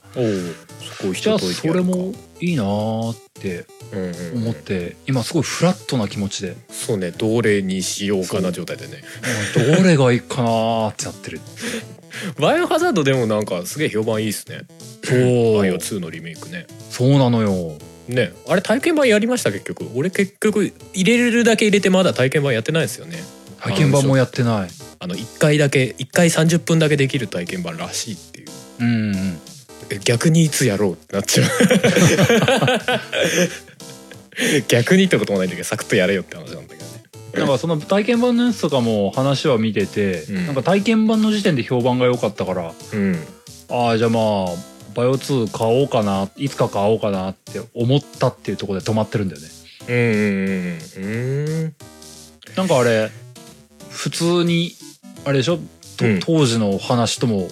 Speaker 2: こ
Speaker 1: じゃあそれもいいなーって思
Speaker 2: 思
Speaker 1: って今すごいフラットな気持ちで
Speaker 2: そうねどれにしようか
Speaker 1: そ
Speaker 2: な
Speaker 1: う
Speaker 2: 状態でね
Speaker 1: うんどれがいいかなーってなってる
Speaker 2: バイオハザードでもなんかすげえ評判いいっすね
Speaker 1: そう
Speaker 2: バイオ2のリメイクね
Speaker 1: そうなのよ
Speaker 2: ねあれ体験版やりました結局俺結局入れれるだけ入れてまだ体験版やってないんですよね
Speaker 1: 体験版もやってない
Speaker 2: あの1回だけ1回30分だけできる体験版らしいっていう
Speaker 1: うんうん
Speaker 2: え逆にいつやろうってなっちゃう 逆にってこともないんだけどサクッとやれよって話なんだけどね
Speaker 1: なんかその体験版のやつとかも話は見てて、
Speaker 2: うん
Speaker 1: なんか体験版の時点で評判が良かったから
Speaker 2: うん
Speaker 1: ああじゃあまあバイオ2買おうかないつか買おうかなって思ったっていうところで止まってるんだよね
Speaker 2: うんうんうんうんうん
Speaker 1: なんかあれ普通にあれでしょ、と
Speaker 2: うん
Speaker 1: 当時のお話とも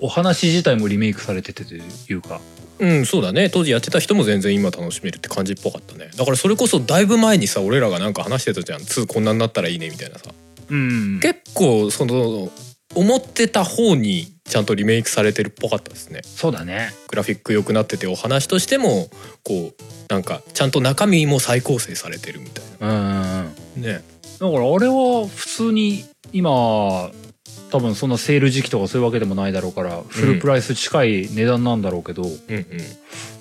Speaker 1: お話自体もリメイクされててというか
Speaker 2: うん、そうだね当時やってた人も全然今楽しめるって感じっぽかったねだからそれこそだいぶ前にさ俺らがなんか話してたじゃん2こんなになったらいいねみたいなさ
Speaker 1: うん
Speaker 2: 結構その思ってた方にちゃんとリメイクされてるっぽかったですね
Speaker 1: そうだね
Speaker 2: グラフィック良くなっててお話としてもこうなんかちゃんと中身も再構成されてるみたい
Speaker 1: うんうんうん
Speaker 2: なね
Speaker 1: だからあれは普通に今多分そんなセール時期とかそういうわけでもないだろうからフルプライス近い値段なんだろうけど、
Speaker 2: うんうん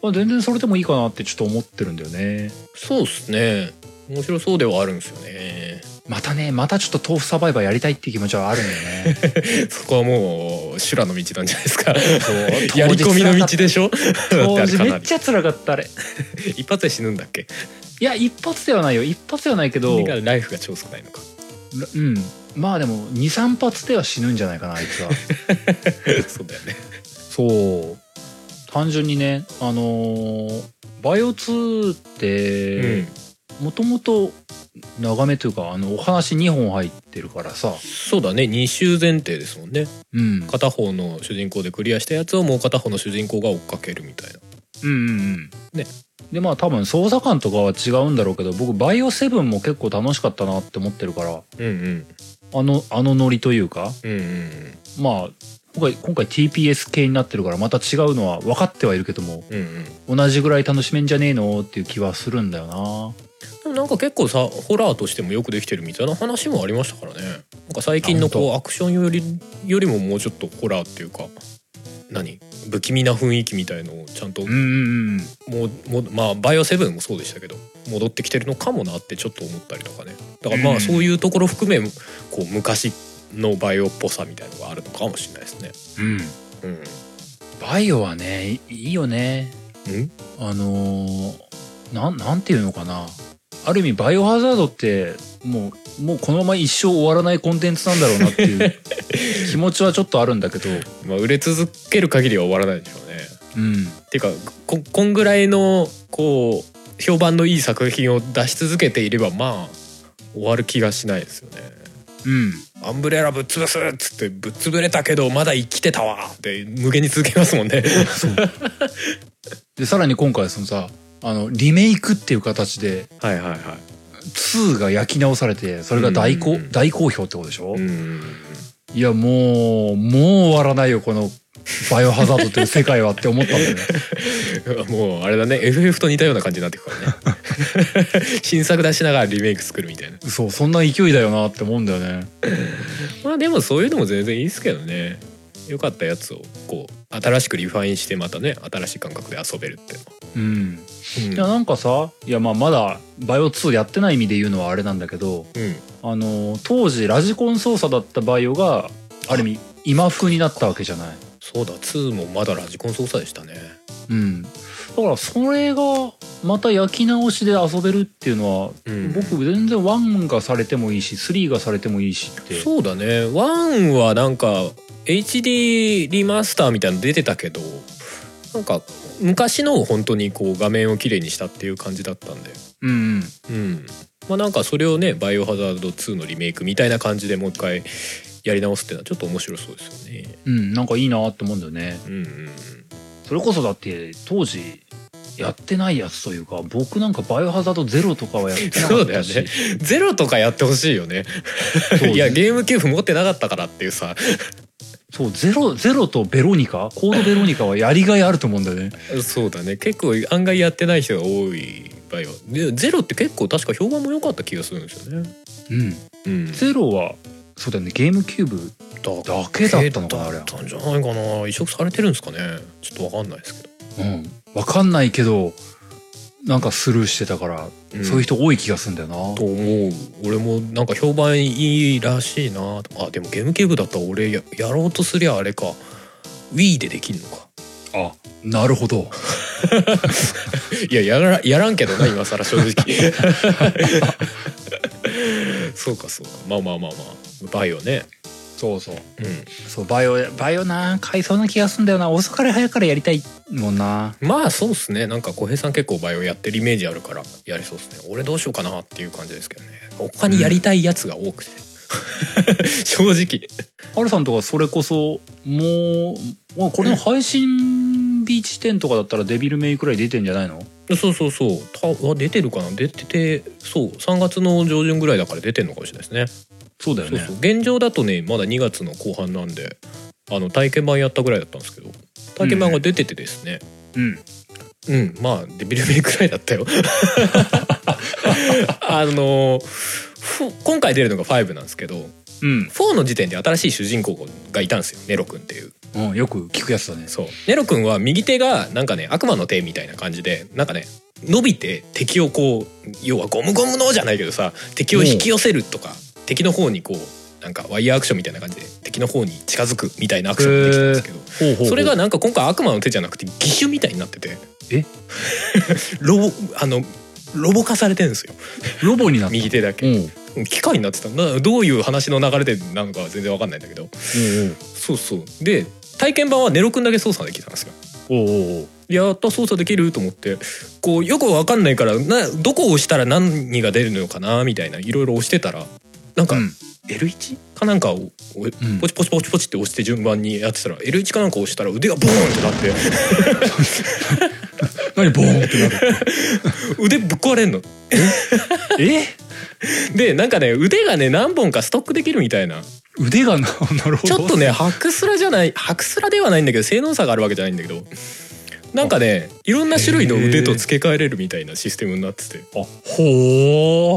Speaker 1: まあ全然それでもいいかなってちょっと思ってるんだよね
Speaker 2: そうっすね面白そうではあるんですよね
Speaker 1: またねまたちょっと豆腐サバイバーやりたいっていう気持ちはあるんだよね
Speaker 2: そこはもう修羅の道なんじゃないです か
Speaker 1: そう
Speaker 2: やり込みの道でし ょだってあ
Speaker 1: 当
Speaker 2: れ
Speaker 1: 時
Speaker 2: か
Speaker 1: め
Speaker 2: な
Speaker 1: っ
Speaker 2: り
Speaker 1: ちゃ辛かったあれ
Speaker 2: 一発で死ぬんだっけ
Speaker 1: いや一発ではないよ一発ではないけど
Speaker 2: だからライフが超少ないの か
Speaker 1: うんまあでも23発では死ぬんじゃないかなあいつは
Speaker 2: そうだよね
Speaker 1: そう単純にねあのーバイオ2って、
Speaker 2: うん
Speaker 1: もともと長めというかあのお話2本入ってるからさ、
Speaker 2: そうだね2週前提ですもんね
Speaker 1: うん、うん
Speaker 2: 片方の主人公でクリアしたやつをもう片方の主人公が追っかけるみたいな
Speaker 1: うんうん
Speaker 2: ね
Speaker 1: でまあ多分捜査官とかは違うんだろうけど僕バイオセブンも結構楽しかったなって思ってるから
Speaker 2: うん
Speaker 1: あのあのノリというか
Speaker 2: うんうんうん
Speaker 1: まあ今回今回 TPS 系になってるからまた違うのは分かってはいるけども
Speaker 2: うんうん
Speaker 1: 同じぐらい楽しめんじゃねえのっていう気はするんだよな
Speaker 2: でもなんか結構さホラーとしてもよくできてるみたいな話もありましたからねなんか最近のこうアクションよりよりももうちょっとホラーっていうか何不気味な雰囲気みたいのをちゃんと、
Speaker 1: うんうんうん
Speaker 2: もうもうまあ「バイオセブン」もそうでしたけど戻ってきてるのかもなってちょっと思ったりとかねだからま
Speaker 1: うん
Speaker 2: あそういうところ含めこう昔のバイオっぽさみたいのがあるのかもしれないですね。
Speaker 1: うん
Speaker 2: うん、
Speaker 1: バイオはねいいいよね
Speaker 2: うん
Speaker 1: あのー、なん、なんていうのかな。ある意味、バイオハザードって、もう、もうこのまま一生終わらないコンテンツなんだろうなって いう気持ちはちょっとあるんだけど、
Speaker 2: まあ、売れ続ける限りは終わらないでしょうね。
Speaker 1: うん。
Speaker 2: っていうかここんぐらいのこう評判のいい作品を出し続けていればまあ終わる気がしないですよね。
Speaker 1: うん。
Speaker 2: アンブレラぶっ潰すっつってぶっ潰れたけどまだ生きてたわって無限に続けますもんね。
Speaker 1: で、さらに今回、そのさ、あの、リメイクっていう形で、
Speaker 2: はいはいはい。
Speaker 1: 2が焼き直されて、それが大好、
Speaker 2: うん
Speaker 1: 大好評ってことでしょ、
Speaker 2: うん
Speaker 1: いや、もう、もう終わらないよ、この、バイオハザードという世界はって思ったんだよね。
Speaker 2: もうあれだね FF と似たような感じになってくから ね新作出しながらリメイク作るみたいな
Speaker 1: そう、そんな勢いだよなって思うんだよね。
Speaker 2: まあでもそういうのも全然いいですけどね良かったやつをこう新しくリファインしてまたね新しい感覚で遊べるって
Speaker 1: うん。い
Speaker 2: いうの
Speaker 1: や
Speaker 2: は
Speaker 1: なんかさいやまあまだバイオ2やってない意味で言うのはあれなんだけど
Speaker 2: うん、うん
Speaker 1: あの当時ラジコン操作だったバイオがある意味今風になったわけじゃない。
Speaker 2: そうだ2もまだラジコン操作でしたね
Speaker 1: うん、だからそれがまた焼き直しで遊べるっていうのは、
Speaker 2: うん
Speaker 1: 僕全然1がされてもいいし3がされてもいいしって
Speaker 2: そうだね1はなんか HD リマスターみたいなの出てたけどなんか昔のを本当にこう画面を綺麗にしたっていう感じだったんで
Speaker 1: うんうん
Speaker 2: うん、まあなんかそれをね「バイオハザード2」のリメイクみたいな感じでもう一回やり直すっていうのはちょっと面白そうですよね。
Speaker 1: うんなんかいいなって思うんだよね
Speaker 2: うんうんうん
Speaker 1: それこそだって当時やってないやつというか僕なんかバイオハザードゼロとかはやってな
Speaker 2: そ
Speaker 1: か
Speaker 2: う
Speaker 1: っ
Speaker 2: だよ
Speaker 1: たし
Speaker 2: ね ゼロとかやってほしいよね
Speaker 1: そう
Speaker 2: いやゲームキューブ持ってなかったからっていうさ
Speaker 1: そうゼロゼロとベロニカコードベロニカはやりがいあると思うんだよね
Speaker 2: そうだね結構案外やってない人が多い場合はでゼロって結構確か評判も良かった気がするんですよね
Speaker 1: うん
Speaker 2: うん
Speaker 1: ゼロはそうだよねゲームキューブだけだったのかなあれ
Speaker 2: だったんじゃないかな移植されてるんですかねちょっとわかんないですけど、
Speaker 1: うんわかんないけどなんかスルーしてたから、
Speaker 2: ん
Speaker 1: そういう人多い気がするんだよな
Speaker 2: と思う俺もなんか評判いいらしいなあでもゲームキューブだったら俺ややろうとすりゃあれか Wii でできんのか
Speaker 1: あなるほど
Speaker 2: いややらやらんけどな今更正直 そうかそうかまあまあまあまあバイオね
Speaker 1: そうそう
Speaker 2: う
Speaker 1: そうバイオバイオな買いそうな気がすんだよな遅かれ早かれやりたいもんなん
Speaker 2: まあそうっすねなんか小平さん結構バイオやってるイメージあるからやりそうっすね俺どうしようかなっていう感じですけどね他にやりたいやつが多くて、 正直
Speaker 1: ハルさんとかそれこそもうもうこれの配信日時点とかだったらデビルメイくらい出てんじゃないの
Speaker 2: そうそうそうたは出てるかな出ててそう3月の上旬ぐらいだから出てんのかもしれないですね
Speaker 1: そうだよ
Speaker 2: そう
Speaker 1: ね
Speaker 2: そう現状だとねまだ2月の後半なんであの体験版やったぐらいだったんですけど体験版が出ててですね
Speaker 1: うん
Speaker 2: うん、まあデビルメイクくらいだったよあのふ今回出るのが5なんですけど
Speaker 1: うん、
Speaker 2: 4の時点で新しい主人公がいたんですよネロくんっていう
Speaker 1: うん、よく聞くやつだね
Speaker 2: そうネロくんは右手がなんかね悪魔の手みたいな感じでなんかね伸びて敵をこう要はゴムゴムのじゃないけどさ敵を引き寄せるとか敵の方にこうなんかワイヤーアクションみたいな感じで敵の方に近づくみたいなアクションができたんですけど
Speaker 1: ほうほ
Speaker 2: それがなんか今回悪魔の手じゃなくて義手みたいになってて
Speaker 1: え
Speaker 2: ロボあのロボ化されてるんですよ
Speaker 1: ロボになった
Speaker 2: 右手だけ
Speaker 1: うんうん
Speaker 2: 機械になってたなどういう話の流れでなのかは全然わかんないんだけどそうそうで体験版はネロくんだけ操作できたんですよ
Speaker 1: おうおうおう
Speaker 2: やった操作できると思ってこうよくわかんないからなどこを押したら何が出るのかなみたいないろいろ押してたらなんか
Speaker 1: うん
Speaker 2: L1 かなんかをお
Speaker 1: うん
Speaker 2: ポチポチポチポチって押して順番にやってたら L1 かなんか押したら腕がボーンってなって
Speaker 1: 何ボーンってなる
Speaker 2: 腕ぶっ壊れんの。
Speaker 1: え
Speaker 2: でなんかね腕がね何本かストックできるみたいな
Speaker 1: 腕がななるほど
Speaker 2: ちょっとね白スラじゃない白スラではないんだけど性能差があるわけじゃないんだけどなんかねいろんな種類の腕と付け替えれるみたいなシステムになってて
Speaker 1: あほ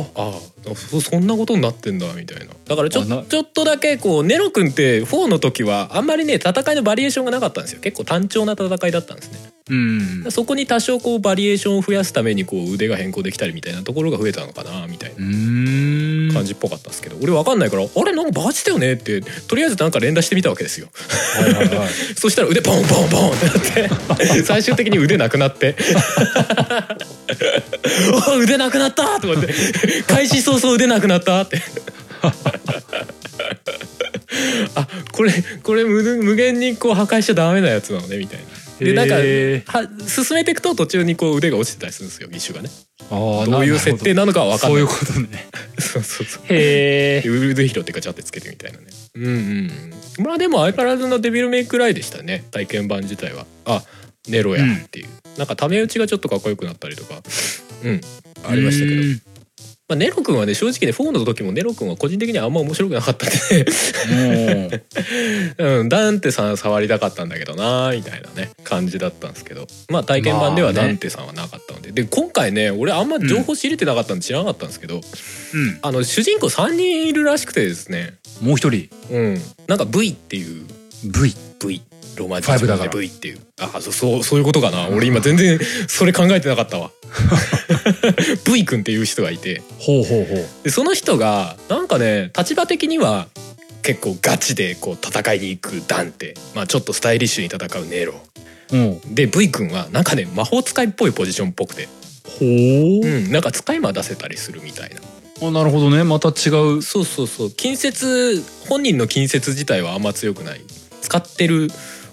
Speaker 1: ー
Speaker 2: ああそそんなことになってんだみたいなだからちょ
Speaker 1: あな
Speaker 2: ちょっとだけこうネロ君って4の時はあんまりね戦いのバリエーションがなかったんですよ結構単調な戦いだったんですね
Speaker 1: うん
Speaker 2: そこに多少こうバリエーションを増やすためにこう腕が変更できたりみたいなところが増えたのかなみたいな
Speaker 1: うーん
Speaker 2: 感じっぽかったんですけど、俺わかんないから「あれなんかバチだよね」ってとりあえずなんか連打してみたわけですよ
Speaker 1: はいはいはい
Speaker 2: そしたら腕ポンポンポンってなっ て最終的に腕なくなって「あ腕なくなった!」と思って「開始早々腕なくなった!」って あこれこれ無無限にこう破壊しちゃダメなやつなのねみたいな。でなんか
Speaker 1: へ
Speaker 2: は進めていくと途中にこう腕が落ちてたりするんですよ義手がね
Speaker 1: ああ
Speaker 2: どういう設定なのかは分かんない
Speaker 1: そういうことね
Speaker 2: そうそうそう
Speaker 1: へえ
Speaker 2: ウルデヒロってガチャってつけてみたいなねうんうんうんまあでも相変わらずのデビルメイクライでしたね体験版自体はあネロやっていう、なんかタメ打ちがちょっとかっこよくなったりとかうんありましたけど、まあ、ネロくんはね正直ね4の時もネロくんは個人的にはあんま面白くなかったんで、
Speaker 1: けども
Speaker 2: うん、ダンテさん触りたかったんだけどなみたいなね感じだったんですけどまあ体験版では
Speaker 1: まあね
Speaker 2: ダンテさんはなかったので、で今回ね俺あんま情報仕入れてなかったんで知らなかったんですけど、
Speaker 1: う、うん、
Speaker 2: あの主人公3人いるらしくてですね
Speaker 1: もう一人
Speaker 2: うん、なんか V っていう
Speaker 1: V
Speaker 2: V ロマ字の
Speaker 1: ファイブだから
Speaker 2: V っていうあそそうそういうことかな俺今全然それ考えてなかっ たわ V 君っていう人がいて
Speaker 1: ほうほうほう
Speaker 2: でその人がなんかね立場的には結構ガチでこう戦いに行くダンテ、まあ、ちょっとスタイリッシュに戦うネロ
Speaker 1: うん
Speaker 2: で V 君はなんかね魔法使いっぽいポジションっぽくて、
Speaker 1: ほ
Speaker 2: うん、なんか使い魔出せたりするみたいな
Speaker 1: あなるほどねまた違う
Speaker 2: そうそうそう近接本人の近接自体はあんま強くない使ってる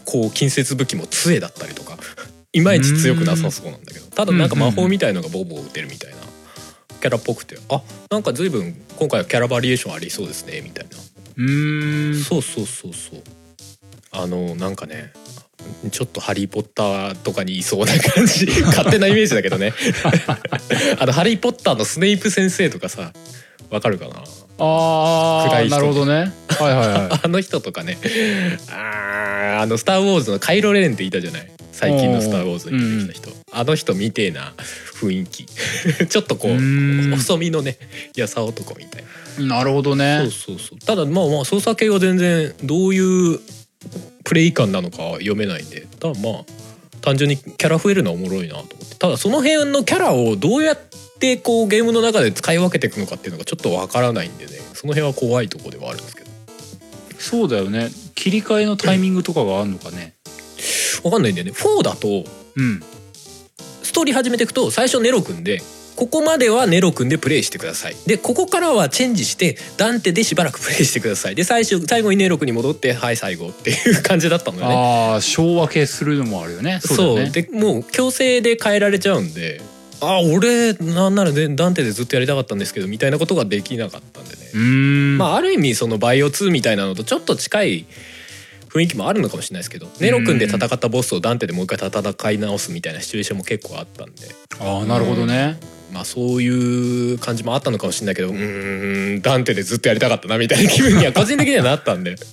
Speaker 2: こう近接武器も杖だったりとか いまいち強くなさそうなんだけどただなんか魔法みたいのがボボ打てるみたいなキャラっぽくてあなんか随分今回はキャラバリエーションありそうですねみたいな、
Speaker 1: うーん
Speaker 2: そうそうそうそうあのなんかねちょっと「ハリー・ポッター」とかにいそうな感じ勝手なイメージだけどね あの「ハリー・ポッター」のスネイプ先生とかさわかるかな
Speaker 1: あ
Speaker 2: 暗
Speaker 1: あ
Speaker 2: い人
Speaker 1: なるほどねはいはいはい
Speaker 2: あの人とかねあーあの「スター・ウォーズ」のカイロ・レンっていたじゃない最近の「スター・ウォーズ」に出てきた人、あの人みてえな雰囲気 ちょっとこ
Speaker 1: うー
Speaker 2: うん細身のねやさ男みたいな。
Speaker 1: なるほどね
Speaker 2: そうそうそうただまあまあ操作系は全然どういうプレイ感なのかは読めないんでただまあ単純にキャラ増えるのはおもろいなと思ってただその辺のキャラをどうやってこうゲームの中で使い分けていくのかっていうのがちょっとわからないんでねその辺は怖いとこではあるんですけど
Speaker 1: そうだよね切り替えのタイミングとかがあるのかね
Speaker 2: わかんないんだよね4だと
Speaker 1: うん
Speaker 2: ストーリー始めていくと最初ネロ君でここまではネロ君でプレイしてくださいでここからはチェンジしてダンテでしばらくプレイしてくださいで最終最後にネロ君に戻ってはい最後っていう感じだったのよね
Speaker 1: ああ昭和系するのもあるよね
Speaker 2: そ
Speaker 1: そう
Speaker 2: う,、
Speaker 1: だよね
Speaker 2: でもう強制で変えられちゃうんであ俺なんならねダンテでずっとやりたかったんですけどみたいなことができなかったんでね、
Speaker 1: うーん
Speaker 2: まあある意味そのバイオ2みたいなのとちょっと近い雰囲気もあるのかもしれないですけどネロ君で戦ったボスをダンテでもう一回戦い直すみたいなシチュエーションも結構あったんで
Speaker 1: ああなるほどね
Speaker 2: まあそういう感じもあったのかもしれないけどうーんダンテでずっとやりたかったなみたいな気分には個人的にはなった んでだか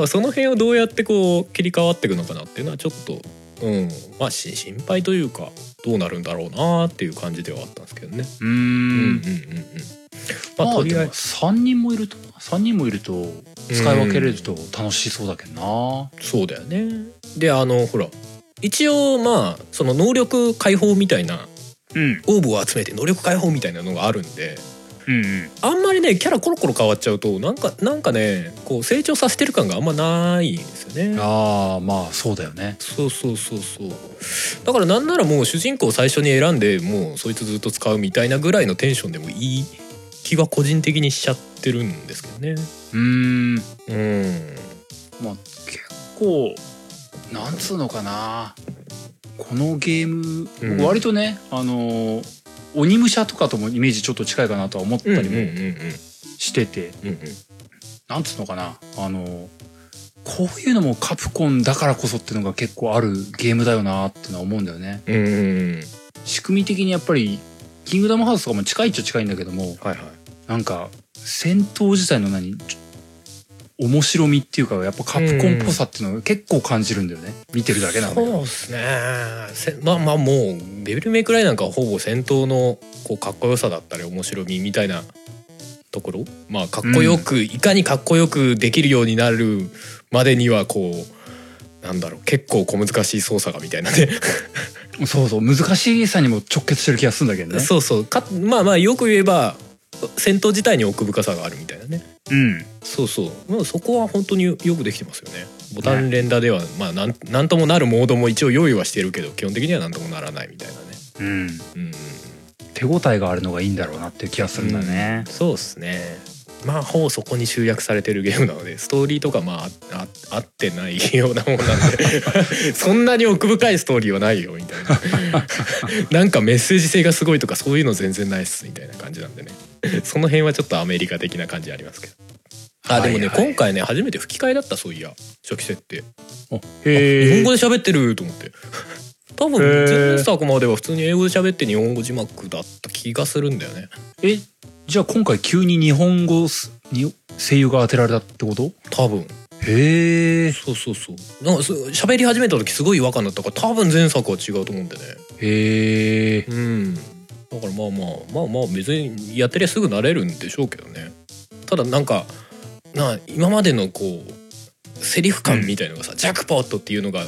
Speaker 2: らその辺をどうやってこう切り替わっていくのかなっていうのはちょっと、うん、まあし心配というかどうなるんだろうなっていう感じではあったんですけどね。
Speaker 1: うー
Speaker 2: うんんうんうんうんまあとりあえず
Speaker 1: 3人もいると3人もいると使い分けれると楽しそうだけど
Speaker 2: そうだよね。であのほら一応まあその能力解放みたいな
Speaker 1: なうん
Speaker 2: オーブを集めて能力解放みたいなのがあるんで。
Speaker 1: うんうん
Speaker 2: あんまりねキャラコロコロ変わっちゃうとなんかなんかねこう成長させてる感があんまないんですよね。
Speaker 1: ああまあそうだよね
Speaker 2: そうそうそうそうだからなんならもう主人公を最初に選んでもうそいつずっと使うみたいなぐらいのテンションでもいい気は個人的にしちゃってるんですけどね。
Speaker 1: うーん
Speaker 2: うん
Speaker 1: まあ結構なんつうのかなこのゲーム、
Speaker 2: うん
Speaker 1: 僕割とねあのー鬼武者とかともイメージちょっと近いかなとは思った
Speaker 2: うんうん
Speaker 1: り
Speaker 2: うんうん
Speaker 1: もしてて、
Speaker 2: うんうん
Speaker 1: なんつうのかなあのーこういうのもカプコンだからこそっていうのが結構あるゲームだよなってのは思うんだよね
Speaker 2: うんうん
Speaker 1: 仕組み的にやっぱり「キングダムハーツ」とかも近いっちゃ近いんだけども
Speaker 2: はいはい
Speaker 1: なんか戦闘自体の何ちょ面白みっていうかやっぱカプコンっぽさっていうのを結構感じるんだよね見てるだけなんだけど
Speaker 2: そうですねせまあまあもう「デビルメイクライ」なんかはほぼ戦闘のこうかっこよさだったり面白みみたいなところまあかっこよく、いかにかっこよくできるようになるまでにはこうなんだろう結構小難しい操作がみたいなね
Speaker 1: そうそう難しさにも直結してる気がするんだけどね
Speaker 2: そうそうかまあまあよく言えば戦闘自体に奥深さがあるみたいなね
Speaker 1: うん
Speaker 2: そうそう、まあ、そこは本当によくできてますよねボタン連打では、まあなんなんともなるモードも一応用意はしてるけど基本的にはなんともならないみたいなね
Speaker 1: うん
Speaker 2: うん
Speaker 1: 手応えがあるのがいいんだろうなっていう気がするんだね
Speaker 2: そうですねまあほぼそこに集約されてるゲームなのでストーリーとかまあああ合ってないようなもんな んでそんなに奥深いストーリーはないよみたいななんかメッセージ性がすごいとかそういうの全然ないっすみたいな感じなんでねその辺はちょっとアメリカ的な感じありますけどあでもね、
Speaker 1: はいはい
Speaker 2: 今回ね初めて吹き替えだったそういや初期設定
Speaker 1: あ
Speaker 2: 日
Speaker 1: へ
Speaker 2: 本語
Speaker 1: え
Speaker 2: で喋ってると思って多分
Speaker 1: へー
Speaker 2: 全然作までは普通に英語で喋って日本語字幕だった気がするんだよね
Speaker 1: えじゃあ今回急に日本語すに声優が当てられたってこと
Speaker 2: 多分
Speaker 1: へえ
Speaker 2: そうそうそうなんかす喋り始めた時すごい違和感だったから多分前作は違うと思うんでね
Speaker 1: へえ
Speaker 2: うんだからまあまあまあまあ別にやってりゃすぐ慣れるんでしょうけどねただなんかな今までのこうセリフ感みたいのがさ、ジャックポットっていうのが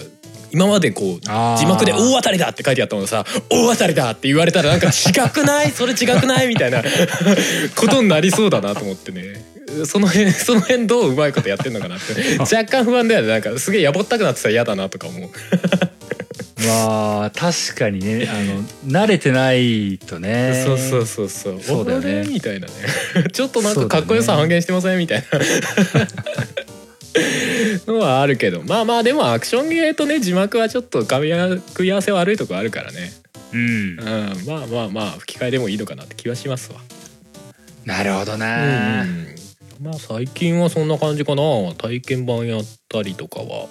Speaker 2: 今までこう
Speaker 1: あー
Speaker 2: 字幕で「大当たりだ!」って書いてあったのがさ「大当たりだ!」って言われたらなんか違くないそれ違くないみたいな ことになりそうだなと思ってねその辺その辺どううまいことやってんのかなって 若干不安だよねなんかすげえやぼったくなってたら嫌だなとか思う
Speaker 1: まあ確かにねあの慣れてないとね
Speaker 2: そうそうそうそう
Speaker 1: そうだよね
Speaker 2: あれみたいなね ちょっとなんかかっこよ
Speaker 1: そ
Speaker 2: さ
Speaker 1: うだね
Speaker 2: 半減してませんみたいなのはあるけどまあまあでもアクションゲーとね字幕はちょっと組み合わせ悪いとこあるからね
Speaker 1: うん
Speaker 2: うんまあまあまあ吹き替えでもいいのかなって気はしますわ
Speaker 1: なるほど
Speaker 2: うん
Speaker 1: な、
Speaker 2: まあ最近はそんな感じかな体験版やったりとかは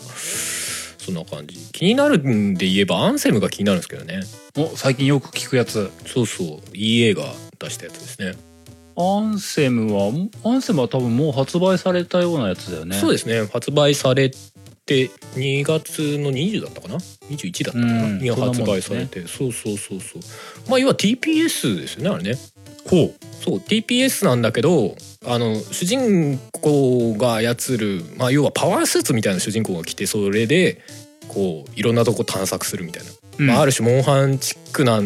Speaker 2: そんな感じ気になるんで言えばアンセムが気になるんですけどね
Speaker 1: お最近よく聞くやつ
Speaker 2: そうそう EA が出したやつですね
Speaker 1: アンセムはアンセムは多分もう発売されたようなやつだよね
Speaker 2: そうですね発売されて2月の20だったかな21だったかな、
Speaker 1: うん
Speaker 2: に
Speaker 1: そんなもん
Speaker 2: 発売
Speaker 1: です
Speaker 2: さ
Speaker 1: ね
Speaker 2: れてそう,、そうそうそうまあ要は TPS ですよねあれね
Speaker 1: ほ
Speaker 2: そう TPS なんだけどあの主人公が操る、まあ、要はパワースーツみたいな主人公が来てそれでこういろんなとこ探索するみたいな、
Speaker 1: う、
Speaker 2: まあ、あ
Speaker 1: る
Speaker 2: る種モンハンチックな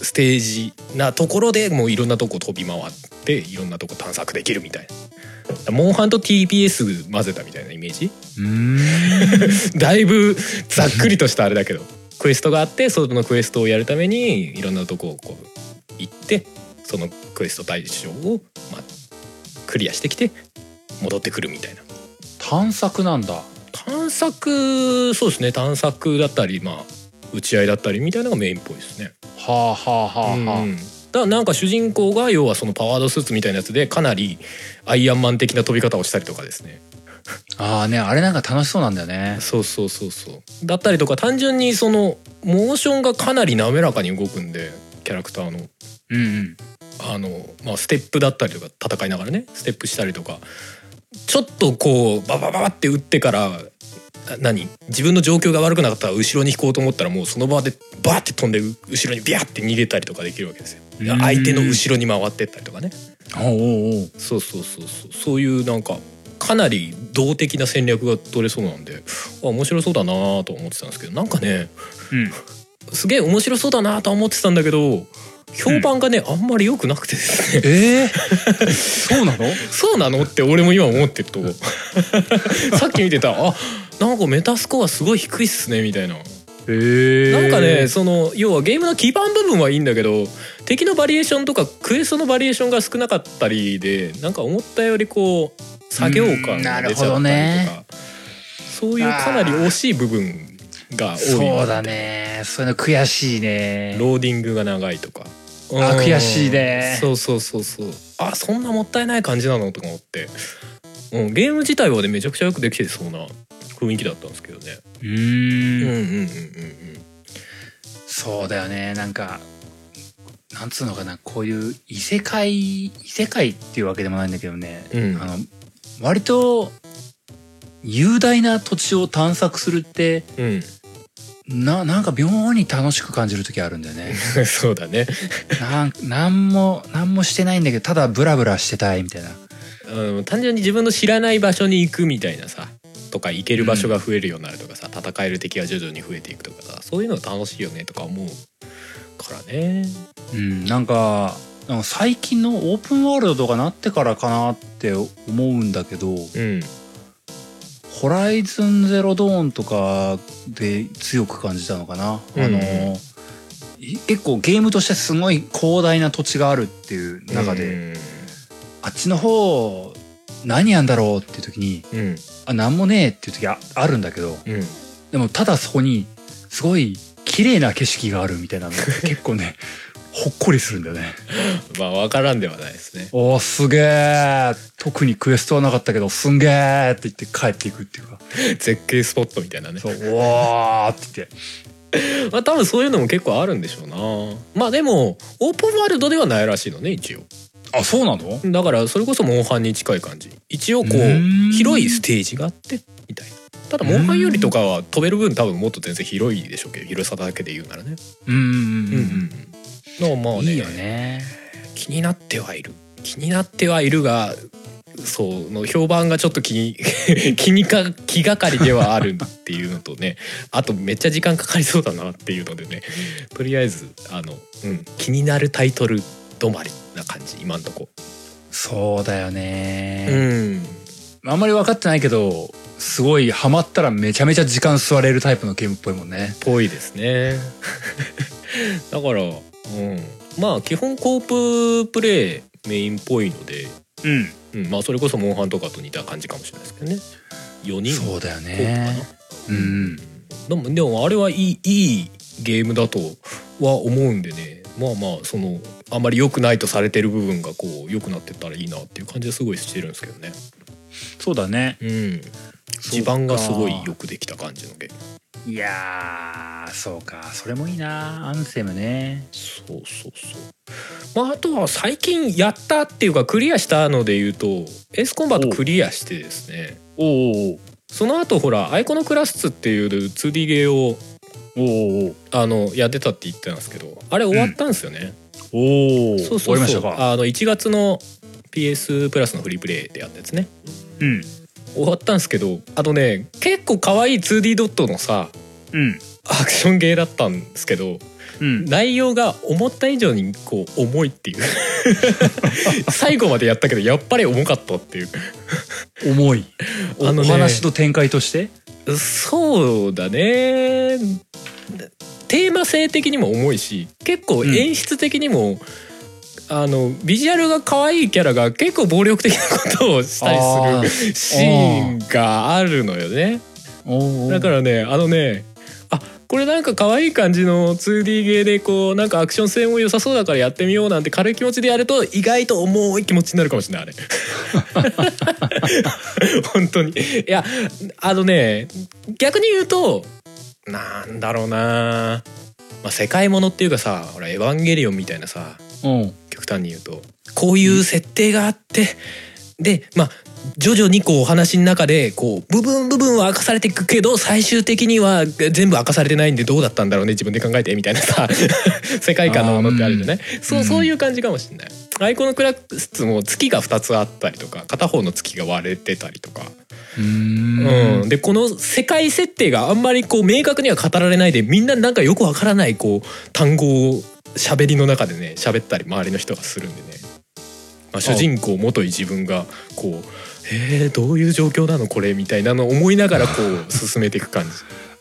Speaker 2: ステージなところでもういろんなとこ飛び回っていろんなとこ探索できるみたいなモンハンと TPS 混ぜたみたいなイメージ
Speaker 1: うーん
Speaker 2: だいぶざっくりとしたあれだけどクエストがあってそのクエストをやるためにいろんなとこをこう行ってそのクエスト対象を、まあ、クリアしてきて戻ってくるみたいな
Speaker 1: 探索なんだ
Speaker 2: 探索そうですね探索だったりまあ打ち合いだったりみたいなのがメインっぽいですね。
Speaker 1: はあはあはあはあ、
Speaker 2: うんだからなんか主人公が要はそのパワードスーツみたいなやつでかなりアイアンマン的な飛び方をしたりとかですね
Speaker 1: ああねあれなんか楽しそうなんだよね
Speaker 2: そうそうそうそうだったりとか単純にそのモーションがかなり滑らかに動くんでキャラクターの
Speaker 1: うんうん
Speaker 2: あの、まあ、ステップだったりとか戦いながらねステップしたりとかちょっとこうババババって打ってからな何自分の状況が悪くなかったら後ろに引こうと思ったらもうその場でバーって飛んでう後ろにビャーって逃げたりとかできるわけですよ
Speaker 1: うん
Speaker 2: 相手の後ろに回ってったりとかね
Speaker 1: おうおうおう
Speaker 2: そうそうそうそうそういうなんかかなり動的な戦略が取れそうなんであ面白そうだなぁと思ってたんですけどなんかね
Speaker 1: うん
Speaker 2: すげえ面白そうだなぁとは思ってたんだけど評判がね、あんまり良くなくてですね
Speaker 1: ええ そうなの
Speaker 2: そうなのって俺も今思ってると さっき見てたあなんかメタスコアすごい低いっすねみたいな。
Speaker 1: え
Speaker 2: なんかねその要はゲームの基盤部分はいいんだけど敵のバリエーションとかクエストのバリエーションが少なかったりでなんか思ったよりこう作業感が出ちゃったりと
Speaker 1: う
Speaker 2: か、
Speaker 1: んなるほ
Speaker 2: そういうかなり惜しい部分が多い
Speaker 1: そうだねそういうの悔しいね
Speaker 2: ローディングが長いとか
Speaker 1: あ
Speaker 2: うん
Speaker 1: 悔しいね
Speaker 2: そうそうそうそうあそんなもったいない感じなのとか思って、うん、ゲーム自体はねめちゃくちゃよくできてそうな雰囲気だったんですけどね
Speaker 1: う
Speaker 2: うん
Speaker 1: ーん
Speaker 2: うんうんうんうん
Speaker 1: そうだよねなんかなんつうのかなこういう異世界異世界っていうわけでもないんだけどね、
Speaker 2: うん
Speaker 1: あの割と雄大な土地を探索するって
Speaker 2: うん
Speaker 1: ななんか妙に楽しく感じる時あるんだよ ね
Speaker 2: そうだね
Speaker 1: なんなんもなんもしてないんだけどただブラブラしてたいみたいな
Speaker 2: うん、単純に自分の知らない場所に行くみたいなさとか行ける場所が増えるようになるとかさ、戦える敵が徐々に増えていくとかさそういうのが楽しいよねとか思うからね
Speaker 1: うんなんかなんか最近のオープンワールドがなってからかなって思うんだけど
Speaker 2: うん
Speaker 1: 「ホライズンゼロドーン」とかで強く感じたのかな、
Speaker 2: うん
Speaker 1: あのい結構ゲームとしてすごい広大な土地があるっていう中で、あっちの方何やんだろうっていう時に
Speaker 2: うんうん
Speaker 1: あ何もねえっていう時ああるんだけど
Speaker 2: うん
Speaker 1: でもただそこにすごい綺麗な景色があるみたいな のが結構ねほっこりするんだよね。
Speaker 2: まあ分からんではないですね
Speaker 1: おーすげえ特にクエストはなかったけどすんげえって言って帰っていくっていうか
Speaker 2: 絶景スポットみたいなね
Speaker 1: そううわーって言って
Speaker 2: まあ多分そういうのも結構あるんでしょうなまあでもオープンワールドではないらしいのね一応
Speaker 1: あそうなの
Speaker 2: だからそれこそモンハンに近い感じ一応こ
Speaker 1: うーん
Speaker 2: う広いステージがあってみたいなただモンハンよりとかは飛べる分多分もっと全然広いでしょうけど広さだけで言うならね
Speaker 1: うんうん
Speaker 2: うんのまあね
Speaker 1: いいよね
Speaker 2: 気になってはいる気になってはいるがそうの評判がちょっと気に 気にか気がかりではあるっていうのとねあとめっちゃ時間かかりそうだなっていうのでねとりあえずあの、うん、気になるタイトル止まりな感じ今んとこ。
Speaker 1: そうだよね、
Speaker 2: ん
Speaker 1: あんまり分かってないけどすごいハマったらめちゃめちゃ時間吸われるタイプのゲームっぽいもんね
Speaker 2: ぽいですね だから、うん、まあ基本コーププレイメインっぽいので、
Speaker 1: うん
Speaker 2: うん、まあそれこそモンハンとかと似た感じかもしれないですけどね4人
Speaker 1: そうだよ
Speaker 2: コープかな、
Speaker 1: ねうん
Speaker 2: でもでもあれはいいいいゲームだとは思うんでねまあまあそのあまり良くないとされてる部分がこう良くなってったらいいなっていう感じはすごいしてるんですけどね
Speaker 1: そうだね
Speaker 2: うん地盤がすごいよくできた感じのゲーム
Speaker 1: いやーそうかそれもいいなアンセムね
Speaker 2: そうそうそうまああとは最近やったっていうかクリアしたので言うとエースコンバットクリアしてですね
Speaker 1: おお
Speaker 2: その後ほらアイコノクラスっていう 2D ゲーを
Speaker 1: おお
Speaker 2: あのやってたって言ってたんですけどあれ終わったんですよね、
Speaker 1: おおお
Speaker 2: そうそう
Speaker 1: 終わりまし
Speaker 2: そ
Speaker 1: た
Speaker 2: う
Speaker 1: か
Speaker 2: あの1月の PS プラスのフリープレイでやったやつね
Speaker 1: うん
Speaker 2: 終わったんですけどあとね結構可愛い 2D ドットのさ
Speaker 1: うん
Speaker 2: アクションゲーだったんですけど
Speaker 1: うん
Speaker 2: 内容が思った以上にこう重いっ ていう最後までやったけどやっぱり重かったっていう
Speaker 1: 重いお
Speaker 2: あのね
Speaker 1: お話の展開として
Speaker 2: そうだねテーマ性的にも重いし結構演出的にも、あのビジュアルが可愛いキャラが結構暴力的なことをしたりする
Speaker 1: す
Speaker 2: シーンがあるのよね。
Speaker 1: るお
Speaker 2: だかららねあのねあこれなんか可愛い感じの 2D ゲーでこうなんかアクション性も良さそうだからやってみようなんて軽い気持ちでやると意外と重い気持ちになるかもしれないあれ本当にいやあのね逆に言うとなんだろうな、まあ、世界ものっていうかさほら「エヴァンゲリオン」みたいなさ
Speaker 1: うん
Speaker 2: 極端に言うとこういう設定があってでまあ徐々にこうお話の中でこう部分部分は明かされていくけど最終的には全部明かされてないんでどうだったんだろうね自分で考えてみたいなさ 世界観のものってあるじゃない、そううんそういう感じかもしれない。アイコのクラッスも月が2つあったりとか片方の月が割れてたりとか、
Speaker 1: うー
Speaker 2: うん、でこの世界設定があんまりこう明確には語られないでみんななんかよくわからないこう単語を喋りの中でね喋ったり周りの人がするんでね、まあ、主人公元い自分がこう「えー、どういう状況なのこれ」みたいなのを思いながらこう進めていく感じ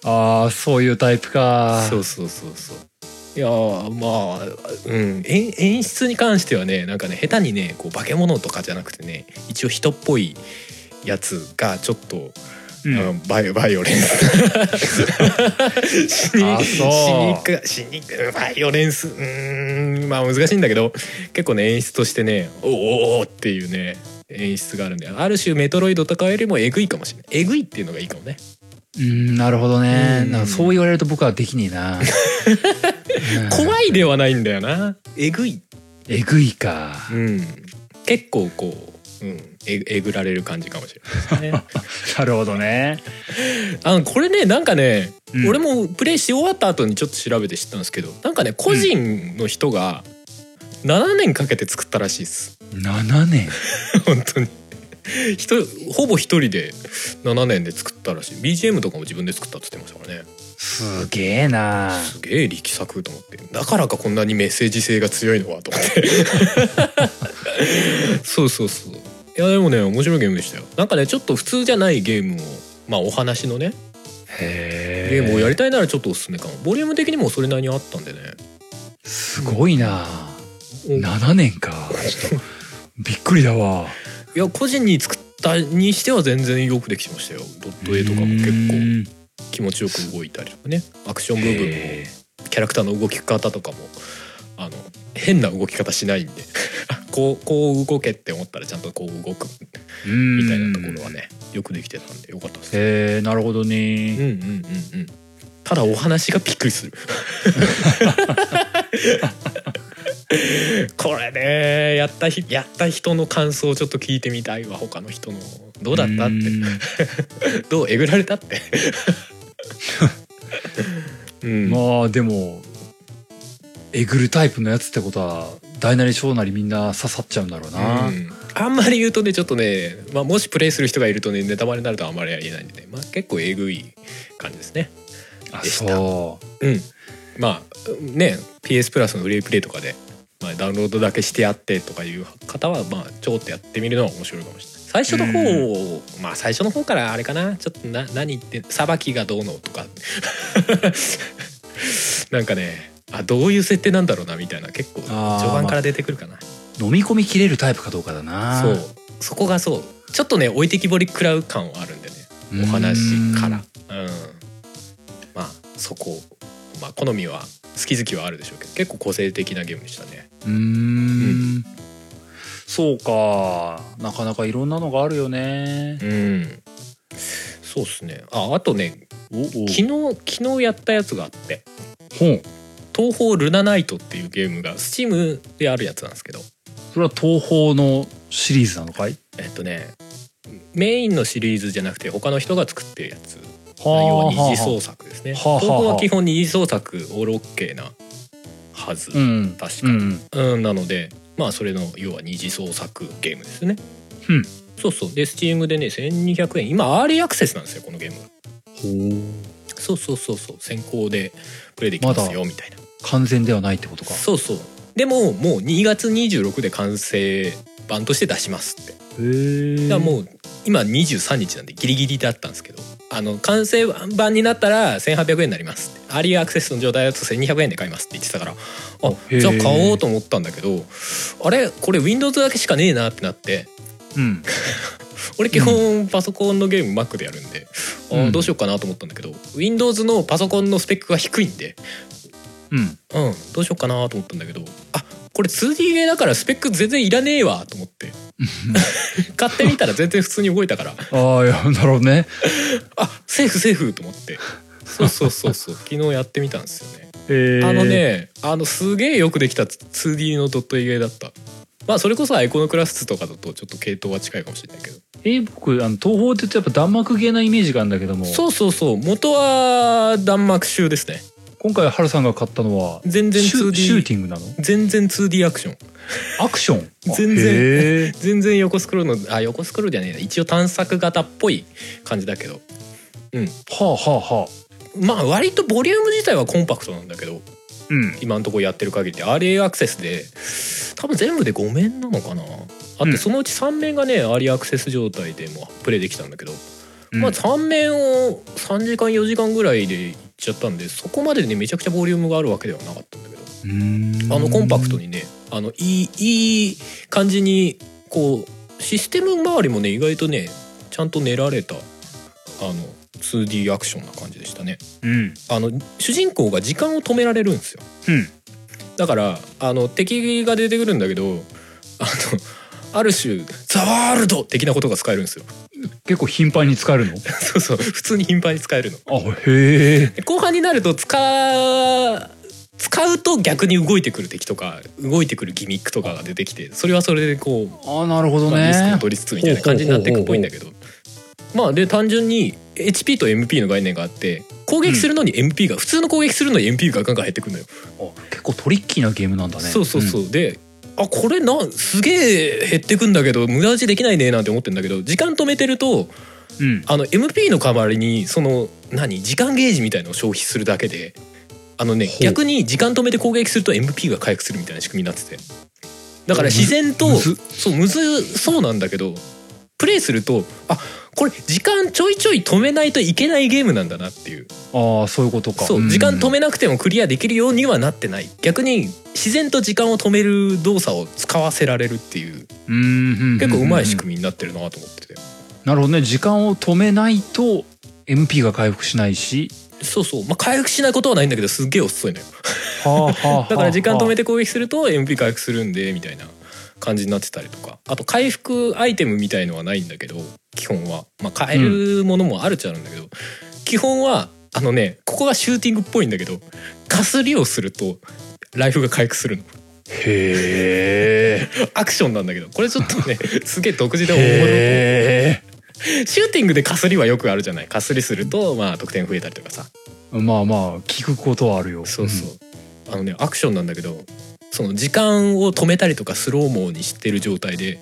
Speaker 1: ああそういうタイプか
Speaker 2: そうそうそうそういやーまあうん演演出に関してはねなんかね下手にねこう化け物とかじゃなくてね一応人っぽいやつがちょっと
Speaker 1: うん
Speaker 2: うんバイバイオレンス死に
Speaker 1: あそう
Speaker 2: 死にく死にくバイオレンスうーんまあ難しいんだけど結構ね演出としてねおーおーおーっていうね演出があるんである種メトロイドとかよりもえぐいかもしれないえぐいっていうのがいいかもね
Speaker 1: うんなるほどね
Speaker 2: うん
Speaker 1: なんかそう言われると僕はできねえ なうん
Speaker 2: 怖いではないんだよなえぐい
Speaker 1: えぐいか
Speaker 2: うん結構こう、うん、ええぐられる感じかもしれないですね
Speaker 1: なるほどね
Speaker 2: あのこれねなんかね、
Speaker 1: うん
Speaker 2: 俺もプレイし終わった後にちょっと調べて知ったんですけどなんかね個人の人が7年かけて作ったらしいです
Speaker 1: 7年
Speaker 2: 本当に人ほぼ一人で7年で作ったらしい BGM とかも自分で作ったって言ってましたからね
Speaker 1: すげえな
Speaker 2: すげえ力作と思ってだからかこんなにメッセージ性が強いのはと思って そうそうそういやでもね面白いゲームでしたよなんかねちょっと普通じゃないゲームをまあお話のね
Speaker 1: へ
Speaker 2: ゲームをやりたいならちょっとおすすめかもボリューム的にもそれなりにあったんでね
Speaker 1: すごいな
Speaker 2: うん
Speaker 1: 7年かちょっとびっくりだわ
Speaker 2: いや個人に作ったにしては全然よくできてましたよドット絵とかも結構
Speaker 1: 結
Speaker 2: 気持ちよく動いたりとかねアクション部分もキャラクターの動き方とかもあの変な動き方しないんで こうこう動けって思ったらちゃんとこう動くみたいなところはねよくできてたんでよかったですね。
Speaker 1: へえなるほど
Speaker 2: うん
Speaker 1: ね
Speaker 2: うんうんうんただお話がびっくりするこれねやったひやった人の感想をちょっと聞いてみたいわ他の人のどうだったっ
Speaker 1: うん
Speaker 2: てどうえぐられたってうん
Speaker 1: まあでもえぐるタイプのやつってことは大なり小なりみんな刺さっちゃうんだろうな、
Speaker 2: うんあんまり言うとねちょっとね、まあ、もしプレイする人がいるとねネタバレになるとあんまり言えないんでね、まあ、結構えぐい感じですね
Speaker 1: あ
Speaker 2: でした
Speaker 1: そう
Speaker 2: うんまあね PS プラスのフリープレイとかで、まあ、ダウンロードだけしてやってとかいう方はまあちょっとやってみるのは面白いかもしれない最初の方を、まあ最初の方からあれかなちょっとな何言ってさばきがどうのとか なんかねあどういう設定なんだろうなみたいな結構序
Speaker 1: あー
Speaker 2: 盤から出てくるかな、
Speaker 1: 飲み込み切れるタイプかどうかだな
Speaker 2: そうそこがそうちょっとね置いてきぼり食らう感はあるんでねお話からうんまあそこまあ好みは好き好きはあるでしょうけど結構個性的なゲームでしたね
Speaker 1: うーんそうかなかなかいろんなのがあるよね
Speaker 2: うんそうですねああとね
Speaker 1: おお
Speaker 2: 昨日昨日やったやつがあって
Speaker 1: 本
Speaker 2: 「東方ルナナイト」っていうゲームが Steam であるやつなんですけど
Speaker 1: それは東宝のシリーズなのかい
Speaker 2: えっとねメインのシリーズじゃなくて他の人が作ってるやつ
Speaker 1: あ
Speaker 2: 要は
Speaker 1: はあ
Speaker 2: 二次創作ですね
Speaker 1: はあはあ
Speaker 2: 東宝は基本二次創作オールオッケーなはず、
Speaker 1: うん
Speaker 2: 確か
Speaker 1: う、ん
Speaker 2: うん、なのでまあそれの要は二次創作ゲームですね
Speaker 1: うん
Speaker 2: そうそうで Steam でね1200円今アーリーアクセスなんですよこのゲームそうそうそうそう先行でプレイできますよみたいな
Speaker 1: 完全ではないってことかへ
Speaker 2: そうそうでももう2月26で完成版として出しますって
Speaker 1: え
Speaker 2: だからもう今23日なんでギリギリだったんですけどあの完成版になったら1800円になりますってアーリーアクセスの状態だと1200円で買いますって言ってたからあ
Speaker 1: へー
Speaker 2: じゃあ買おうと思ったんだけどあれこれ Windows だけしかねえなってなって
Speaker 1: うん
Speaker 2: 俺基本パソコンのゲーム Mac でやるんで、あ
Speaker 1: うん
Speaker 2: どうしようかなと思ったんだけど Windows のパソコンのスペックが低いんで
Speaker 1: うん
Speaker 2: うんどうしようかなと思ったんだけどあこれ 2D ゲーだからスペック全然いらねえわと思って 買ってみたら全然普通に動いたから
Speaker 1: ああいやなるほどね
Speaker 2: あセーフセーフと思ってそうそうそ うそう昨日やってみたんですよね
Speaker 1: へえ
Speaker 2: あのねあのすげえよくできた 2D のドット絵だったまあそれこそアイコノクラス2とかだとちょっと系統は近いかもしれないけど
Speaker 1: えー僕あの東宝って言うとやっぱ弾幕芸なイメージがあるんだけども
Speaker 2: そうそうそう元は弾幕集ですね
Speaker 1: 今回ハルさんが買ったのは
Speaker 2: 全然
Speaker 1: シュ
Speaker 2: 2D
Speaker 1: シューティングなの
Speaker 2: 全然 2D アクション
Speaker 1: アクションあ
Speaker 2: 全然
Speaker 1: へ え
Speaker 2: 全然横スクロールのあ横スクロールじゃねえな一応探索型っぽい感じだけど
Speaker 1: はあはあはあ
Speaker 2: まあ割とボリューム自体はコンパクトなんだけど
Speaker 1: うん
Speaker 2: 今のところやってる限りで RA アクセスで多分全部で5面なのかなあっ
Speaker 1: うん
Speaker 2: てそのうち3面がね、アリアクセス状態でもプレイできたんだけど、
Speaker 1: うん
Speaker 2: まあ3面を3時間4時間ぐらいでいっちゃったんでそこまでねめちゃくちゃボリュームがあるわけではなかったんだけど
Speaker 1: うーん
Speaker 2: あのコンパクトにねあのいいいい感じにこうシステム周りもね意外とねちゃんと練られたあの 2D アクションな感じでしたね。
Speaker 1: うん
Speaker 2: あの主人公が時間を止められるんですよ
Speaker 1: うん
Speaker 2: だからあの敵が出てくるんだけどあのある種「ザワールド!」的なことが使えるんですよ
Speaker 1: 結構頻繁に使え るの
Speaker 2: そうそう普通に頻繁に使えるの
Speaker 1: あへえ
Speaker 2: で後半になると使う使うと逆に動いてくる敵とか動いてくるギミックとかが出てきてそれはそれでこう
Speaker 1: あなるほど
Speaker 2: まあリスクを
Speaker 1: ね
Speaker 2: 取りつつみたいな感じになっていくっぽいんだけどまあで単純に HP と MP の概念があって攻撃するのに MP が、普通の攻撃するのに MP がガンガン減ってくるのよ
Speaker 1: あ結構トリッキーなゲームなんだね
Speaker 2: そうそうそうう、であこれなんすげえ減ってくんだけど無駄打ちできないねなんて思ってんだけど時間止めてると
Speaker 1: んうん
Speaker 2: あの MP の代わりにその何時間ゲージみたいのを消費するだけであのね
Speaker 1: ほう
Speaker 2: 逆に時間止めて攻撃すると MP が回復するみたいな仕組みになっててだから自然と
Speaker 1: むず
Speaker 2: そうむずそうなんだけどプレイするとあこれ時間ちょいちょい止めないといけないゲームなんだなっていう
Speaker 1: ああそういうことか
Speaker 2: そう時間止
Speaker 1: め
Speaker 2: めなくてもクリアできるようにはなってない逆に自然と時間を止める動作を使わせられるっていう
Speaker 1: 結
Speaker 2: 結構うまい仕組みになってるなと思ってて、
Speaker 1: なるほどね時間を止めないと MP が回復しないし
Speaker 2: そうそう、まあ、回復しないことはないんだけどすっげえ遅いのよ
Speaker 1: はあはあはあ
Speaker 2: だから時間止め
Speaker 1: て
Speaker 2: て攻撃すると MP 回復するんでみたいな感じになってたりとかあと回復アイテムみたいのはないんだけど基本は、まあ、買えるものもあるっちゃあるんだけど、基本はあのねここがシューティングっぽいんだけどかすりをするとライフが回復するの。
Speaker 1: へえ
Speaker 2: アクションなんだけどこれちょっと ねすげえ独自で思
Speaker 1: へ
Speaker 2: うシューティングでかすりはよくあるじゃないかすりするとまあ得点増えたりとかさ
Speaker 1: えまあまあ聞くことはあるよ
Speaker 2: そうそう、あのねアクションなんだけどその時間を止めたりとかスローモーにしてる状態で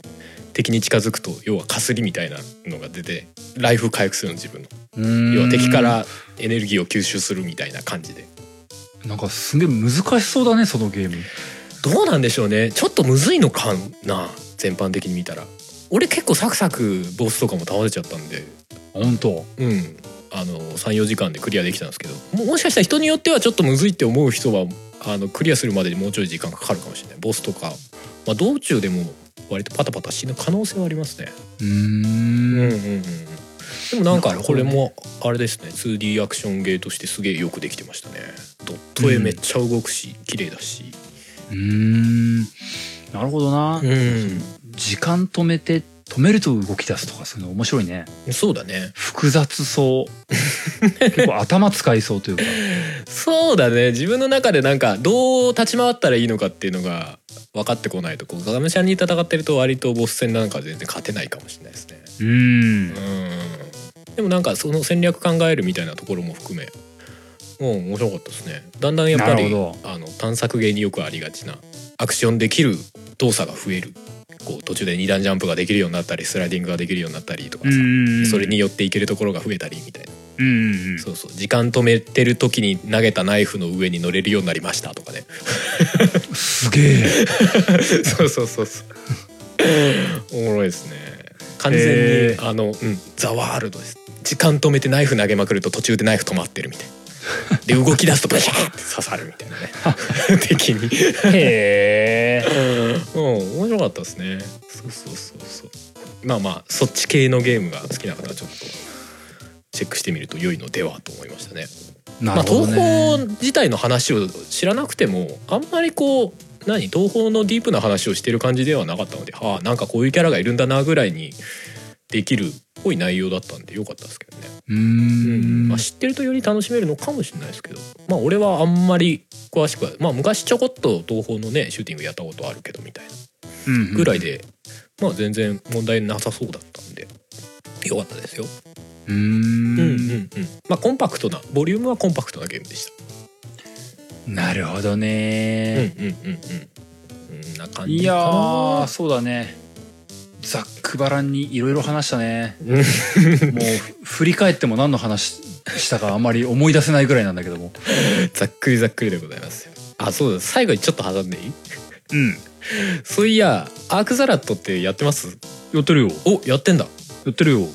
Speaker 2: 敵に近づくと要はかすりみたいなのが出てライフ回復するの自分の
Speaker 1: うーん
Speaker 2: 要は敵からエネルギーを吸収するみたいな感じで
Speaker 1: なんかすげえ難しそうだねそのゲーム
Speaker 2: どうなんでしょうねちょっとむずいのかな全般的に見たら俺結構サクサクボスとかも倒れちゃったんで
Speaker 1: 本当
Speaker 2: うん、あの34時間でクリアできたんですけどももしかしたら人によってはちょっとむずいって思う人はあのクリアするまでにもうちょい時間かかるかもしれないボスとか、まあ、道中でも割とパタパタ死ぬ可能性はありますね。
Speaker 1: うー
Speaker 2: うんうん
Speaker 1: ん
Speaker 2: うんでもなん
Speaker 1: な
Speaker 2: か
Speaker 1: るほ
Speaker 2: こ
Speaker 1: ど
Speaker 2: れ
Speaker 1: ね
Speaker 2: もあれですね 2D アクションゲーとしてすげえよくできてましたねドット絵めっちゃ動くし、綺麗だし
Speaker 1: うーんなるほどな、
Speaker 2: うん
Speaker 1: 時間止めてっ止めると動き出すとかそういうの面白いね
Speaker 2: そうだね
Speaker 1: 複雑そう 結構頭使いそうというか
Speaker 2: そうだね自分の中でなんかどう立ち回ったらいいのかっていうのが分かってこないとこうがむしゃらに戦ってると割とボス戦なんか全然勝てないかもしれないですね
Speaker 1: うーん
Speaker 2: うんでもなんかその戦略考えるみたいなところも含めうん面白かったですねだんだんやっぱり
Speaker 1: なるほ
Speaker 2: あの探索芸によくありがちなアクションできる動作が増えるこう途中で二段ジャンプができるようになったりスライディングができるようになったりとかさ、それによっていけるところが増えたりみたいな、
Speaker 1: うんうんうん
Speaker 2: そうそう時間止めてる時に投げたナイフの上に乗れるようになりましたとかね
Speaker 1: すげえ
Speaker 2: そうそうそうそうおもろいですね完全に、
Speaker 1: へー
Speaker 2: あの、うん、ザワールドです時間止めてナイフ投げまくると途中でナイフ止まってるみたいなで動き出すとブシャーって刺さるみたいなね 敵に
Speaker 1: へえ
Speaker 2: うん、面白かったですね。そうそうそうそう。まあまあ、そっち系のゲームが好きな方はちょっと。チェックしてみると良いのではと思いましたね。
Speaker 1: な
Speaker 2: ま
Speaker 1: る
Speaker 2: あ、
Speaker 1: ほど
Speaker 2: 東
Speaker 1: ね、
Speaker 2: 宝自体の話を知らなくても、あんまりこう。何東宝のディープな話をしてる感じではなかったので、はあ、なんかこういうキャラがいるんだなぐらいに。できるっぽい内容だったんで、良かったですけどね。
Speaker 1: うーん
Speaker 2: まあ、知ってるとより楽しめるのかもしれないですけどまあ俺はあんまり詳しくはまあ昔ちょこっと東宝のねシューティングやったことあるけどみたいな
Speaker 1: うん
Speaker 2: ぐらいで、まあ全然問題なさそうだったんでよかったですよ、
Speaker 1: うーん
Speaker 2: まあコンパクトなボリュームはコンパクトなゲームでし
Speaker 1: なるほど
Speaker 2: た、うんう
Speaker 1: ね、
Speaker 2: んうんうんうんな感じ
Speaker 1: い
Speaker 2: か
Speaker 1: や
Speaker 2: な
Speaker 1: ーそうだねざっくばらんにいろいろ話したね
Speaker 2: うん
Speaker 1: もう 振り返っても何の話したかあんまり思い出せないぐらいなんだけども
Speaker 2: ざっくりざっくりでございますよあそうだ最後にちょっと挟んでいい
Speaker 1: うん
Speaker 2: そういやアークザラットってやってます
Speaker 1: やってるよ
Speaker 2: おやってんだ
Speaker 1: やってるよ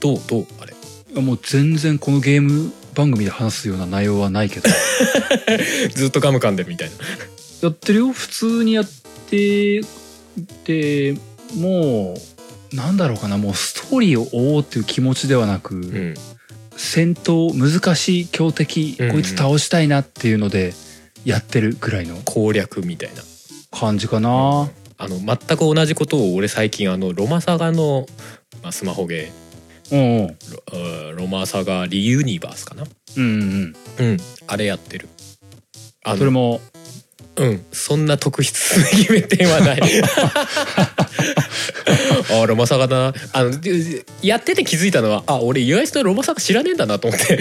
Speaker 2: どうどうあれ
Speaker 1: いやもう全然このゲーム番組で話すような内容はないけ ど
Speaker 2: ずっとガム噛んでみたいな
Speaker 1: やってるよ普通にやってでもうなんだろうかなもうストーリーを追おうっていう気持ちではなく、
Speaker 2: うん
Speaker 1: 戦闘難しい強敵、
Speaker 2: うんうん
Speaker 1: こいつ倒したいなっていうのでやってるぐらいの
Speaker 2: 攻略みたいな
Speaker 1: 感じかな、
Speaker 2: あの全く同じことを俺最近あのロマサガの、まあ、スマホゲ
Speaker 1: うん、うん
Speaker 2: ーロうんロマサガリユニバースかな
Speaker 1: うんうん
Speaker 2: うんあれやってるあの
Speaker 1: それも
Speaker 2: うんそんな特筆すべき点 はないあロマサガだなあのでやってて気づいたのはあ俺意外とロマサガ知らねえんだなと思って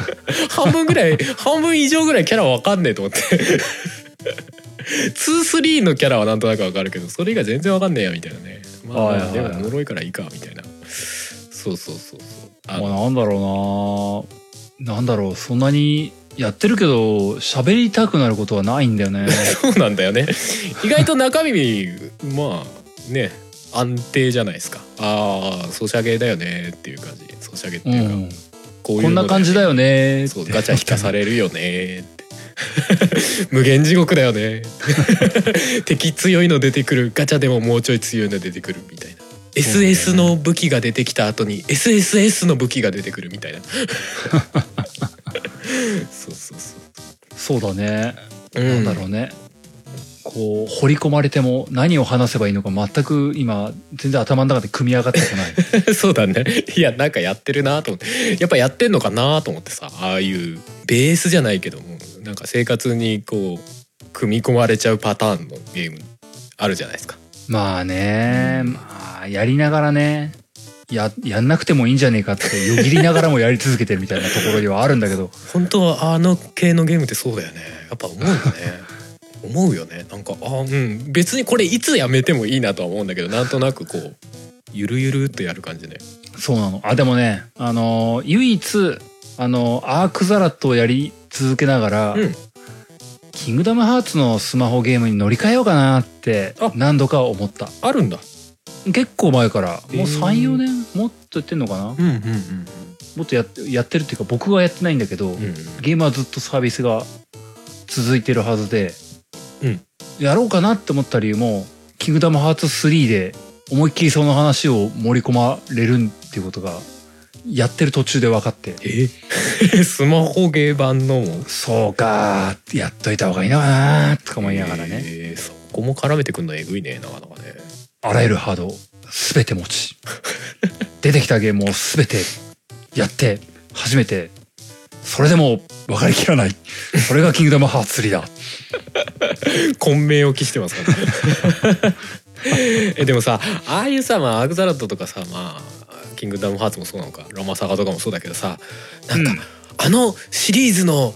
Speaker 2: 半分ぐらい半分以上ぐらいキャラわかんねえと思って2-3のキャラはなんとなくわかるけどそれ以外全然わかんねえやみたいなねまあ
Speaker 1: はい
Speaker 2: ま
Speaker 1: は
Speaker 2: あ
Speaker 1: い
Speaker 2: でもおもろいからいいかみたいなそうそうそうそうあ
Speaker 1: もう
Speaker 2: の
Speaker 1: なんだろうななんだろうそんなにやってるけど喋りたくなることはないんだよ ね
Speaker 2: そうなんだよね意外と中身まあね安定じゃないですかああソシャゲだよねっていう感じソシャゲって
Speaker 1: う
Speaker 2: いうか、
Speaker 1: ん
Speaker 2: こういう
Speaker 1: こんな感じだ
Speaker 2: よ
Speaker 1: よね
Speaker 2: そうガチャ引かされるよねって無限地獄だよね 敵強いの出てくるガチャでももうちょい強いの出てくるみたいな。
Speaker 1: そうだよね
Speaker 2: SS の武器が出てきた後に SSS の武器が出てくるみたい なそうそうそ
Speaker 1: そうだね、
Speaker 2: う、う
Speaker 1: なんだろうねこう掘り込まれても何を話せばいいのか全く今全然頭の中で組み上がって こない
Speaker 2: そうだね。いや、なんかやってるなと思って。やっぱやってんのかなと思ってさ、ああいうベースじゃないけども、なんか生活にこう、組み込まれちゃうパターンのゲームあるじゃないですか。
Speaker 1: まあね、
Speaker 2: うん
Speaker 1: まあやりながらねややんなくてもいいんじゃねえかってよぎりながらもやり続けてるみたいなところではあるんだけど
Speaker 2: 本当はあの系のゲームってそうだよね。やっぱ思うよね。 思うよね。なんか、あうん。別にこれいつやめてもいいなとは思うんだけど、なんとなくこう、ゆるゆるっとやる感じね。
Speaker 1: そうなのあでもねあの唯一あのアークザラットをやり続けながら、
Speaker 2: うん
Speaker 1: キングダムハーツのスマホゲームに乗り換えようかなって
Speaker 2: あ
Speaker 1: 何度か思った
Speaker 2: あるんだ。
Speaker 1: 結構前からもう
Speaker 2: へー
Speaker 1: 34年もっとやってんのかな
Speaker 2: うんうん
Speaker 1: もっとやってやってるっていうか僕はやってないんだけど、
Speaker 2: うん。うん。
Speaker 1: ゲームはずっとサービスが続いてるはずで、
Speaker 2: うん
Speaker 1: やろうかなって思った理由も「キングダムハーツ3」で思いっきりその話を盛り込まれるっていうことがやってる途中で分かって
Speaker 2: え スマホゲー版のも
Speaker 1: そうかやっといた方がいいのかなとか思いながらね、
Speaker 2: えーそこも絡めてくんのえぐいねなかなかね
Speaker 1: あらゆるハードを全て持ち出てきたゲームを全てやって初めてそれでも分かりきらないそれが「キングダムハーツ3」だ
Speaker 2: 混迷を期してますからね えでもさああいうさ、まあ、アグザラッドとかさまあキングダムハーツもそうなのかロマサガとかもそうだけどさなんか、
Speaker 1: うん
Speaker 2: あのシリーズの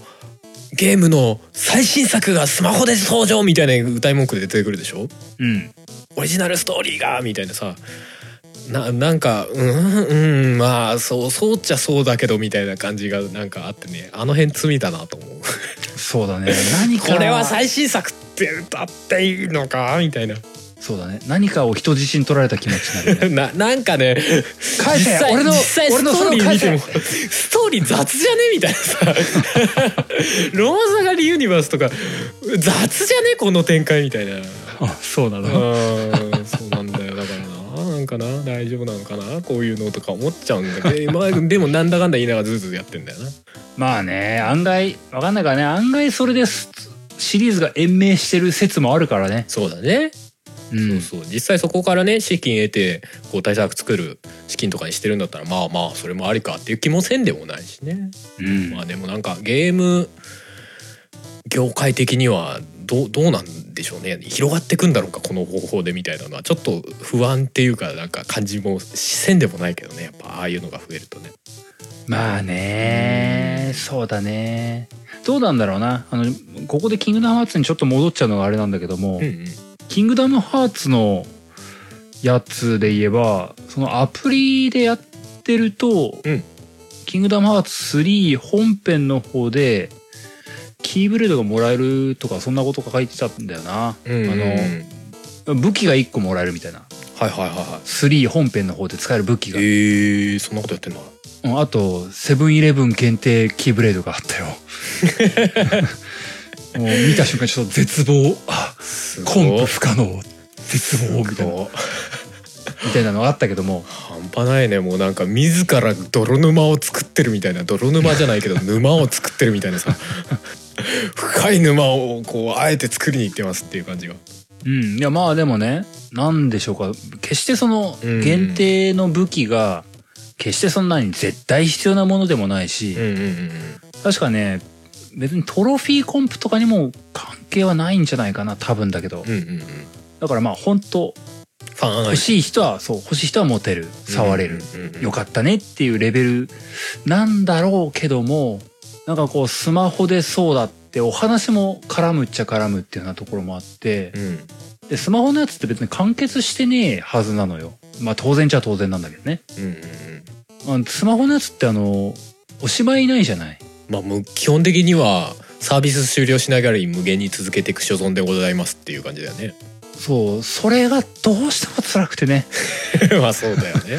Speaker 2: ゲームの最新作がスマホで登場みたいな歌い文句で出てくるでしょ
Speaker 1: うん
Speaker 2: オリジナルストーリーがみたいなさななんかうんうんまあそうそうっちゃそうだけどみたいな感じがなんかあってねあの辺罪だなと思う
Speaker 1: そうだね何か
Speaker 2: これは最新作って歌っていいのかみたいな
Speaker 1: そうだね何かを人質に取られた気持ちになるね
Speaker 2: ななんかね
Speaker 1: 返せ
Speaker 2: 実際
Speaker 1: 俺の
Speaker 2: 実際
Speaker 1: 俺の
Speaker 2: ス
Speaker 1: それ
Speaker 2: トー
Speaker 1: を
Speaker 2: リー
Speaker 1: 返
Speaker 2: 見て
Speaker 1: せ
Speaker 2: もストーリー雑じゃねみたいなさロマサガリユニバースとか雑じゃねこの展開みたいな。
Speaker 1: あそうな
Speaker 2: うーんそうなんだよだからななんかな大丈夫なのかなこういうのとか思っちゃうんだけど、まあ、でもなんだかんだ言いながらずーずーやってんだよな
Speaker 1: まあね案外分かんないからね案外それですシリーズが延命してる説もあるからね
Speaker 2: そうだね、
Speaker 1: うん
Speaker 2: そうそう実際そこからね資金得てこう対策作る資金とかにしてるんだったらまあまあそれもありかっていう気もせんでもないしね
Speaker 1: うん
Speaker 2: まあでもなんかゲーム業界的にはどうどうなんでしょうね広がってくんだろうかこの方法でみたいなのはちょっと不安っていうかなんか感じもせんでもないけどねやっぱああいうのが増えるとね
Speaker 1: まあねそうだねどうなんだろうなあのここで「キングダムハーツ」にちょっと戻っちゃうのがあれなんだけども「
Speaker 2: うんうん
Speaker 1: キングダムハーツ」のやつで言えばそのアプリでやってると「
Speaker 2: うん
Speaker 1: キングダムハーツ3」本編の方でキーブレードがもらえるとかそんなことが書いてたんだよな、
Speaker 2: うんうん
Speaker 1: あの武器が1個もらえるみたいな
Speaker 2: はいはいはいは
Speaker 1: 3本編の方で使える武器
Speaker 2: い
Speaker 1: が、
Speaker 2: えー、そんなことやってんだ
Speaker 1: うんあとセブンイレブン限定キーブレードがあった よもう見た瞬間ちょっと絶望あ
Speaker 2: す
Speaker 1: コンプ不可能絶望みたいな
Speaker 2: ごい
Speaker 1: みたいなのがあったけども
Speaker 2: 半端ないねもうなんか自ら泥沼を作ってるみたいな泥沼じゃないけど沼を作ってるみたい なさ深い沼をこうあえて作りに行ってますっていう感じが
Speaker 1: うんいやまあでもねなんでしょうか決してその
Speaker 2: うん
Speaker 1: 限定の武器が決してそんなに絶対必要なものでもないし、
Speaker 2: うんうんうん
Speaker 1: 確かね別にトロフィーコンプとかにも関係はないんじゃないかな多分だけど
Speaker 2: うんうんうん
Speaker 1: だからまあ本当
Speaker 2: ファン
Speaker 1: 欲しい人はそう欲しい人は持てる触れる、よ
Speaker 2: く
Speaker 1: かったねっていうレベルなんだろうけどもなんかこうスマホでそうだってお話も絡むっちゃ絡むっていうようなところもあって
Speaker 2: うん
Speaker 1: でスマホのやつって別に完結してねえはずなのよまあ当然っちゃ当然なんだけどね
Speaker 2: うんうんうん
Speaker 1: あスマホのやつってあのおしまいないじゃない
Speaker 2: まあむ基本的にはサービス終了しながら無限に続けていく所存でございますっていう感じだよね
Speaker 1: そうそれがどうしても辛くてね
Speaker 2: まあそうだよ ね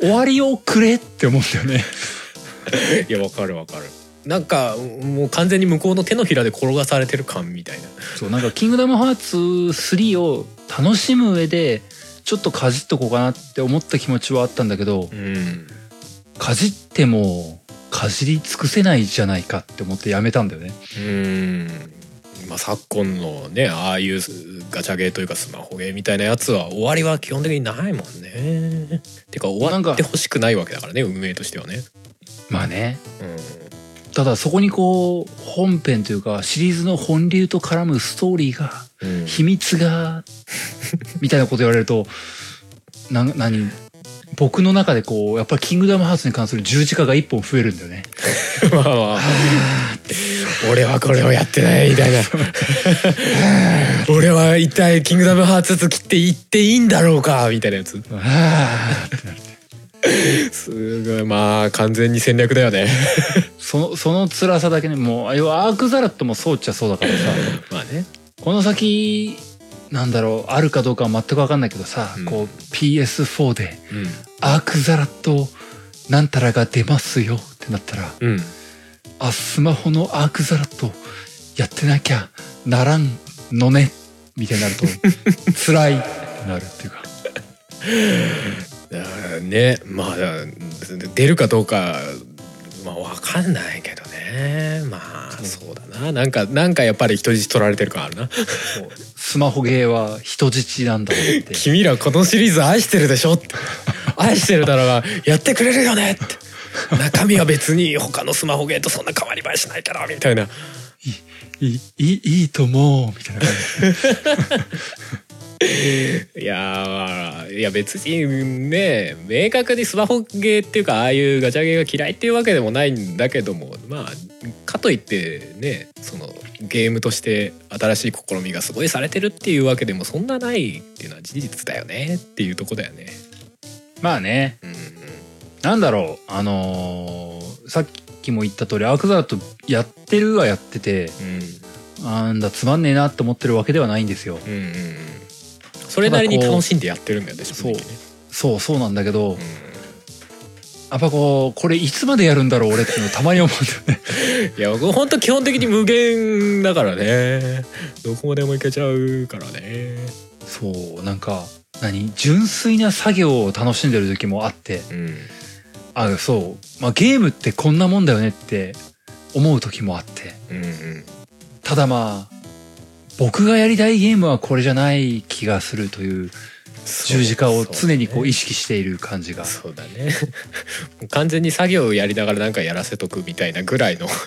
Speaker 1: 終わりをくれって思うんだよね
Speaker 2: いやわかるわかるなんかもう完全に向こうの手のひらで転がされてる感みたいな
Speaker 1: そうなんか「キングダムハーツ3」を楽しむ上でちょっとかじっとこうかなって思った気持ちはあったんだけど、
Speaker 2: うん
Speaker 1: かじってもかじり尽くせないじゃないかって思ってやめたんだよね
Speaker 2: うんまあ昨今のねああいうガチャゲーというかスマホゲーみたいなやつは終わりは基本的にないもんねてか終わってほしくないわけだからね運営としてはね
Speaker 1: まあね
Speaker 2: うん
Speaker 1: ただそこにこう本編というかシリーズの本流と絡むストーリーが
Speaker 2: うん
Speaker 1: 秘密が みたいなこと言われるとな何僕の中でこうやっぱり「キングダムハーツ」に関する十字架が一本増えるんだよね
Speaker 2: まあ まあ俺はこれをやってないみたい な俺は一体「キングダムハーツ2」切って言っていいんだろうかみたいなやつ
Speaker 1: あーってなる
Speaker 2: すごいまあ完全に戦略だよね
Speaker 1: そのその辛さだけねもう要はアークザラットもそうっちゃそうだからさ
Speaker 2: まあね
Speaker 1: この先なんだろうあるかどうかは全く分かんないけどさ、
Speaker 2: うん
Speaker 1: こう PS4 で
Speaker 2: うん
Speaker 1: アークザラとなんたらが出ますよってなったら
Speaker 2: うん
Speaker 1: あスマホのアークザラとやってなきゃならんのねみたいにな ると辛いってなるっていうか
Speaker 2: だからねまあ出るかどうかまあわかんないけどねねまあそうだななんかなんかやっぱり人質取られてる感あるな
Speaker 1: こうスマホゲーは人質なん だって
Speaker 2: 君らこのシリーズ愛してるでしょって愛してるならばやってくれるよねって中身は別に他のスマホゲーとそんな変わり映えしないからみたいない
Speaker 1: いいいいいと思うみたいな感
Speaker 2: いやーいや別にね明確にスマホゲーっていうかああいうガチャゲーが嫌いっていうわけでもないんだけどもまあかといってねそのゲームとして新しい試みがすごいされてるっていうわけでもそんなないっていうのは事実だよねっていうとこだよね。
Speaker 1: じまあね
Speaker 2: うんうん
Speaker 1: なんだろうあのーさっきも言った通りアークザラとやってるはやっててあんだつまんねえなって思ってるわけではないんですよ
Speaker 2: うんうんうんうんそれなりに楽しんでやってるんだよね
Speaker 1: そう
Speaker 2: 正直ね
Speaker 1: そうそうなんだけど、
Speaker 2: うん
Speaker 1: やっぱこうこれいつまでやるんだろう俺っていうのたまに思うんだよ ね
Speaker 2: いや僕ほんと基本的に無限だからねどこまでもいけちゃうからね。
Speaker 1: そうなんか何純粋な作業を楽しんでる時もあって
Speaker 2: うん
Speaker 1: あそう、まあ、ゲームってこんなもんだよねって思う時もあって
Speaker 2: うんうん
Speaker 1: ただまあ僕がやりたいゲームはこれじゃない気がするという十字架を常にこう意識している感じが
Speaker 2: そうだねもう完全に作業をやりながらなんかやらせとくみたいなぐら いの
Speaker 1: そう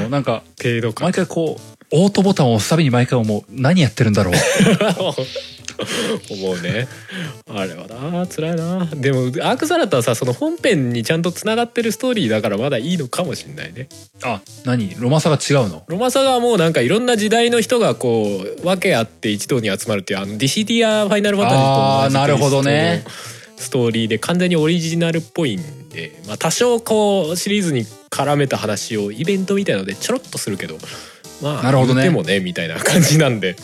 Speaker 1: あのなんか
Speaker 2: 程度感
Speaker 1: 毎回こうオートボタンを押すたびに毎回思う何やってるんだ ろう
Speaker 2: を思うねあれはな辛いなでもアークザラタはさその本編にちゃんとつながってるストーリーだからまだいいのかもしんないね
Speaker 1: あ何ロマサが違うの
Speaker 2: ロマサガはもうなんかいろんな時代の人がこう訳あって一堂に集まるっていうあのディシディアファイナルファンタジーと同じ
Speaker 1: あーなるほどね
Speaker 2: ストーリーで完全にオリジナルっぽいんで、まあ、多少こうシリーズに絡めた話をイベントみたいのでちょろっとするけどまあ
Speaker 1: なるほどね
Speaker 2: 言うてもねみたいな感じなんで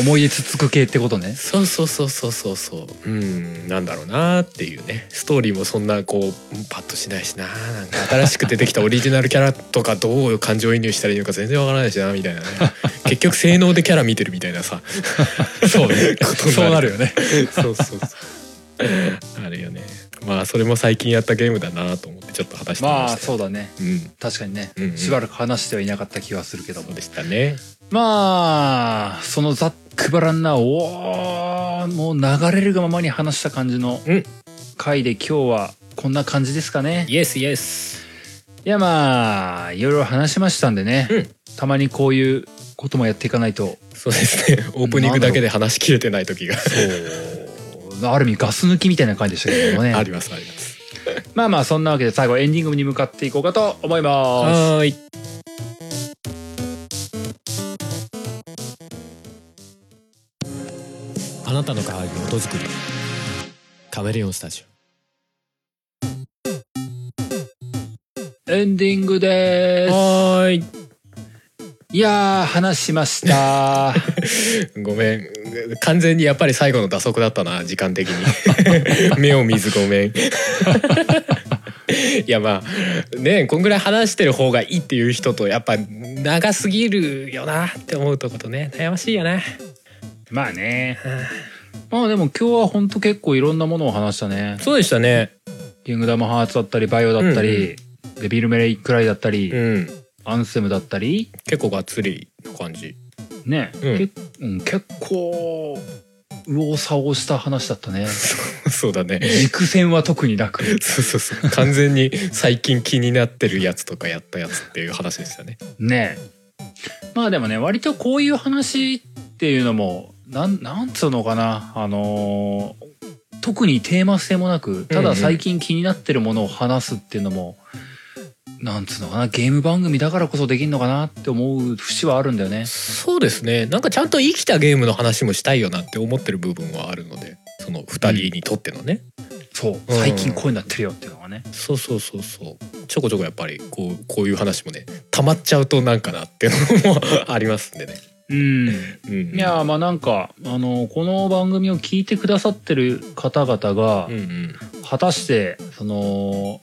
Speaker 1: 思い出つつく系ってことね
Speaker 2: そうそうそうそうそうそううんなんだろうなっていうねストーリーもそんなこうパッとしないしななんか新しく出てきたオリジナルキャラとかどう感情移入したらいいのか全然わからないしなみた いなね結局性能でキャラ見てるみたいなさそうね
Speaker 1: そうなるよね
Speaker 2: そうそうそう。あるよね。まあそれも最近やったゲームだなと思ってちょっと話してみ
Speaker 1: ま
Speaker 2: ま
Speaker 1: あ
Speaker 2: した。
Speaker 1: そうだね
Speaker 2: うん。
Speaker 1: 確かにね、
Speaker 2: うんうん
Speaker 1: しばらく話してはいなかった気はするけど
Speaker 2: そ
Speaker 1: も
Speaker 2: うでしたね。
Speaker 1: まあそのざっくばらんなおーもう流れるがままに話した感じの
Speaker 2: うん
Speaker 1: 回で今日はこんな感じですかね
Speaker 2: イエスイエス。
Speaker 1: いやまあいろいろ話しましたんでね、
Speaker 2: うん
Speaker 1: たまにこういうこともやっていかないと
Speaker 2: そうですね。オープニングだけで話し切れてない時が
Speaker 1: そうある意味ガス抜きみたいな感じでしたけどもね
Speaker 2: ありますあります。
Speaker 1: まあまあそんなわけで最後エンディングに向かっていこうかと思います
Speaker 2: はーい。あなたの代わりに音作り。カメレオンスタジ
Speaker 1: エンディングで
Speaker 2: オ。はーい。
Speaker 1: すいやー話しました
Speaker 2: ごめん完全にやっぱり最後の打足だったな時間的 に目を見ずごめんいやまあねこんぐらい話してる方がいいっていう人とやっぱ長すぎるよなって思うとことね悩ましいよね
Speaker 1: まあねまあでも今日はほんと結構いろんなものを話したね
Speaker 2: そうでしたね
Speaker 1: キングダムハーツだったり、バイオだったり、デビルメレイクライだったり、
Speaker 2: うん
Speaker 1: アンセムだったり、
Speaker 2: 結構がっつりな感じ
Speaker 1: ね、
Speaker 2: うん
Speaker 1: けうん結構、右往左往した話だった ね。
Speaker 2: そうだね
Speaker 1: 軸線は特になく。
Speaker 2: そうそうそう完全に最近気になってるやつとかやったやつっていう話でしたね
Speaker 1: ねまあでもね、割とこういう話っていうのも、なん、なんつうのかな、あのー特にテーマ性もなく、ただ最近気になってるものを話すっていうのも、なんつうのかな、ゲーム番組だからこそできんのかなって思う節はあるんだよね。
Speaker 2: そうですねなんかちゃんと生きたゲームの話もしたいよなって思ってる部分はあるのでその2人にとってのね、
Speaker 1: そう
Speaker 2: うん
Speaker 1: 最近こういうのやってるよっていうのがね、
Speaker 2: そうそうそうそうちょこちょこやっぱりこうこういう話もね溜まっちゃうとなんかなっていうのもありますんでね。
Speaker 1: うん、
Speaker 2: うん、
Speaker 1: いやーまあなんかあのこの番組を聞いてくださってる方々が
Speaker 2: うんうん
Speaker 1: 果たしてその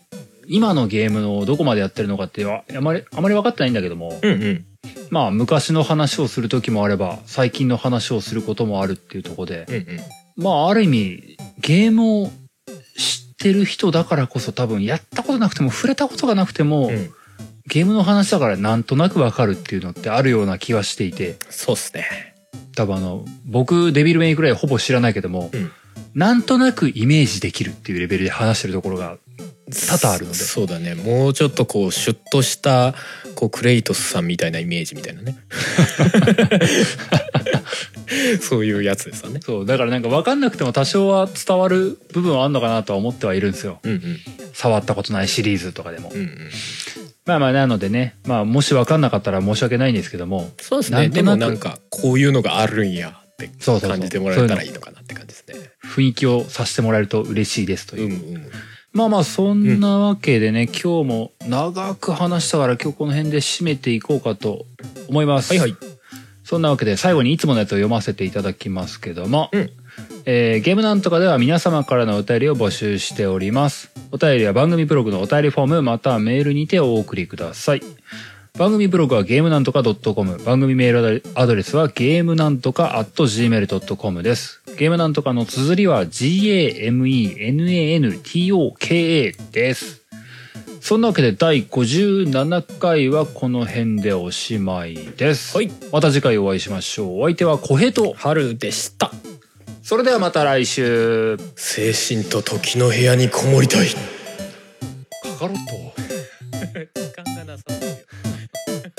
Speaker 1: 今のゲームのどこまでやってるのかってああまりあまり分かってないんだけども、
Speaker 2: うんうん
Speaker 1: まあ昔の話をする時もあれば最近の話をすることもあるっていうところで
Speaker 2: うんうん
Speaker 1: まあある意味ゲームを知ってる人だからこそ多分やったことなくても触れたことがなくても、
Speaker 2: うん
Speaker 1: ゲームの話だからなんとなくわかるっていうのってあるような気はしていて
Speaker 2: そうっすね。
Speaker 1: 多分あの僕デビルメイクライほぼ知らないけども、
Speaker 2: うん
Speaker 1: なんとなくイメージできるっていうレベルで話してるところが多々あるので
Speaker 2: そそうだね。もうちょっとこう、シュッとした、こう、クレイトスさんみたいなイメージみたいな ね。そういうやつですよね。
Speaker 1: そうだからなんか分かんなくても多少は伝わる部分はあんのかなとは思ってはいるんですよ
Speaker 2: うんうん。
Speaker 1: 触ったことないシリーズとかでも、
Speaker 2: うんうん。
Speaker 1: まあまあなのでね、まあ、もし分かんなかったら申し訳ないんですけども
Speaker 2: そうです
Speaker 1: な
Speaker 2: ね。
Speaker 1: んと
Speaker 2: で
Speaker 1: な
Speaker 2: も
Speaker 1: く
Speaker 2: なんか、こういうのがあるんやって
Speaker 1: そうそうそう
Speaker 2: 感じてもらえたらいいのかなって感じですね。
Speaker 1: 雰囲気をさせてもらえると嬉しいですという
Speaker 2: うんうん。
Speaker 1: まあまあそんなわけでね、今日も長く話したから今日この辺で締めていこうかと思います。
Speaker 2: はいはい。
Speaker 1: そんなわけで最後にいつものやつを読ませていただきますけども、
Speaker 2: うん
Speaker 1: えーゲームなんとかでは皆様からのお便りを募集しております。お便りは番組ブログのお便りフォームまたはメールにてお送りください。番組ブログはゲームなんとか .com 番組メールアドレスはゲームなんとか .gmail.com ですゲームなんとかの綴りは GAMENANTOKA ですそんなわけで第57回はこの辺でおしまいです、
Speaker 2: はい
Speaker 1: また次回お会いしましょうお相手は小平と
Speaker 2: 春でした。
Speaker 1: それではまた来週
Speaker 2: 精神と時の部屋にこもりたい。
Speaker 1: カカロッ ト
Speaker 2: 時間がなさそうよ。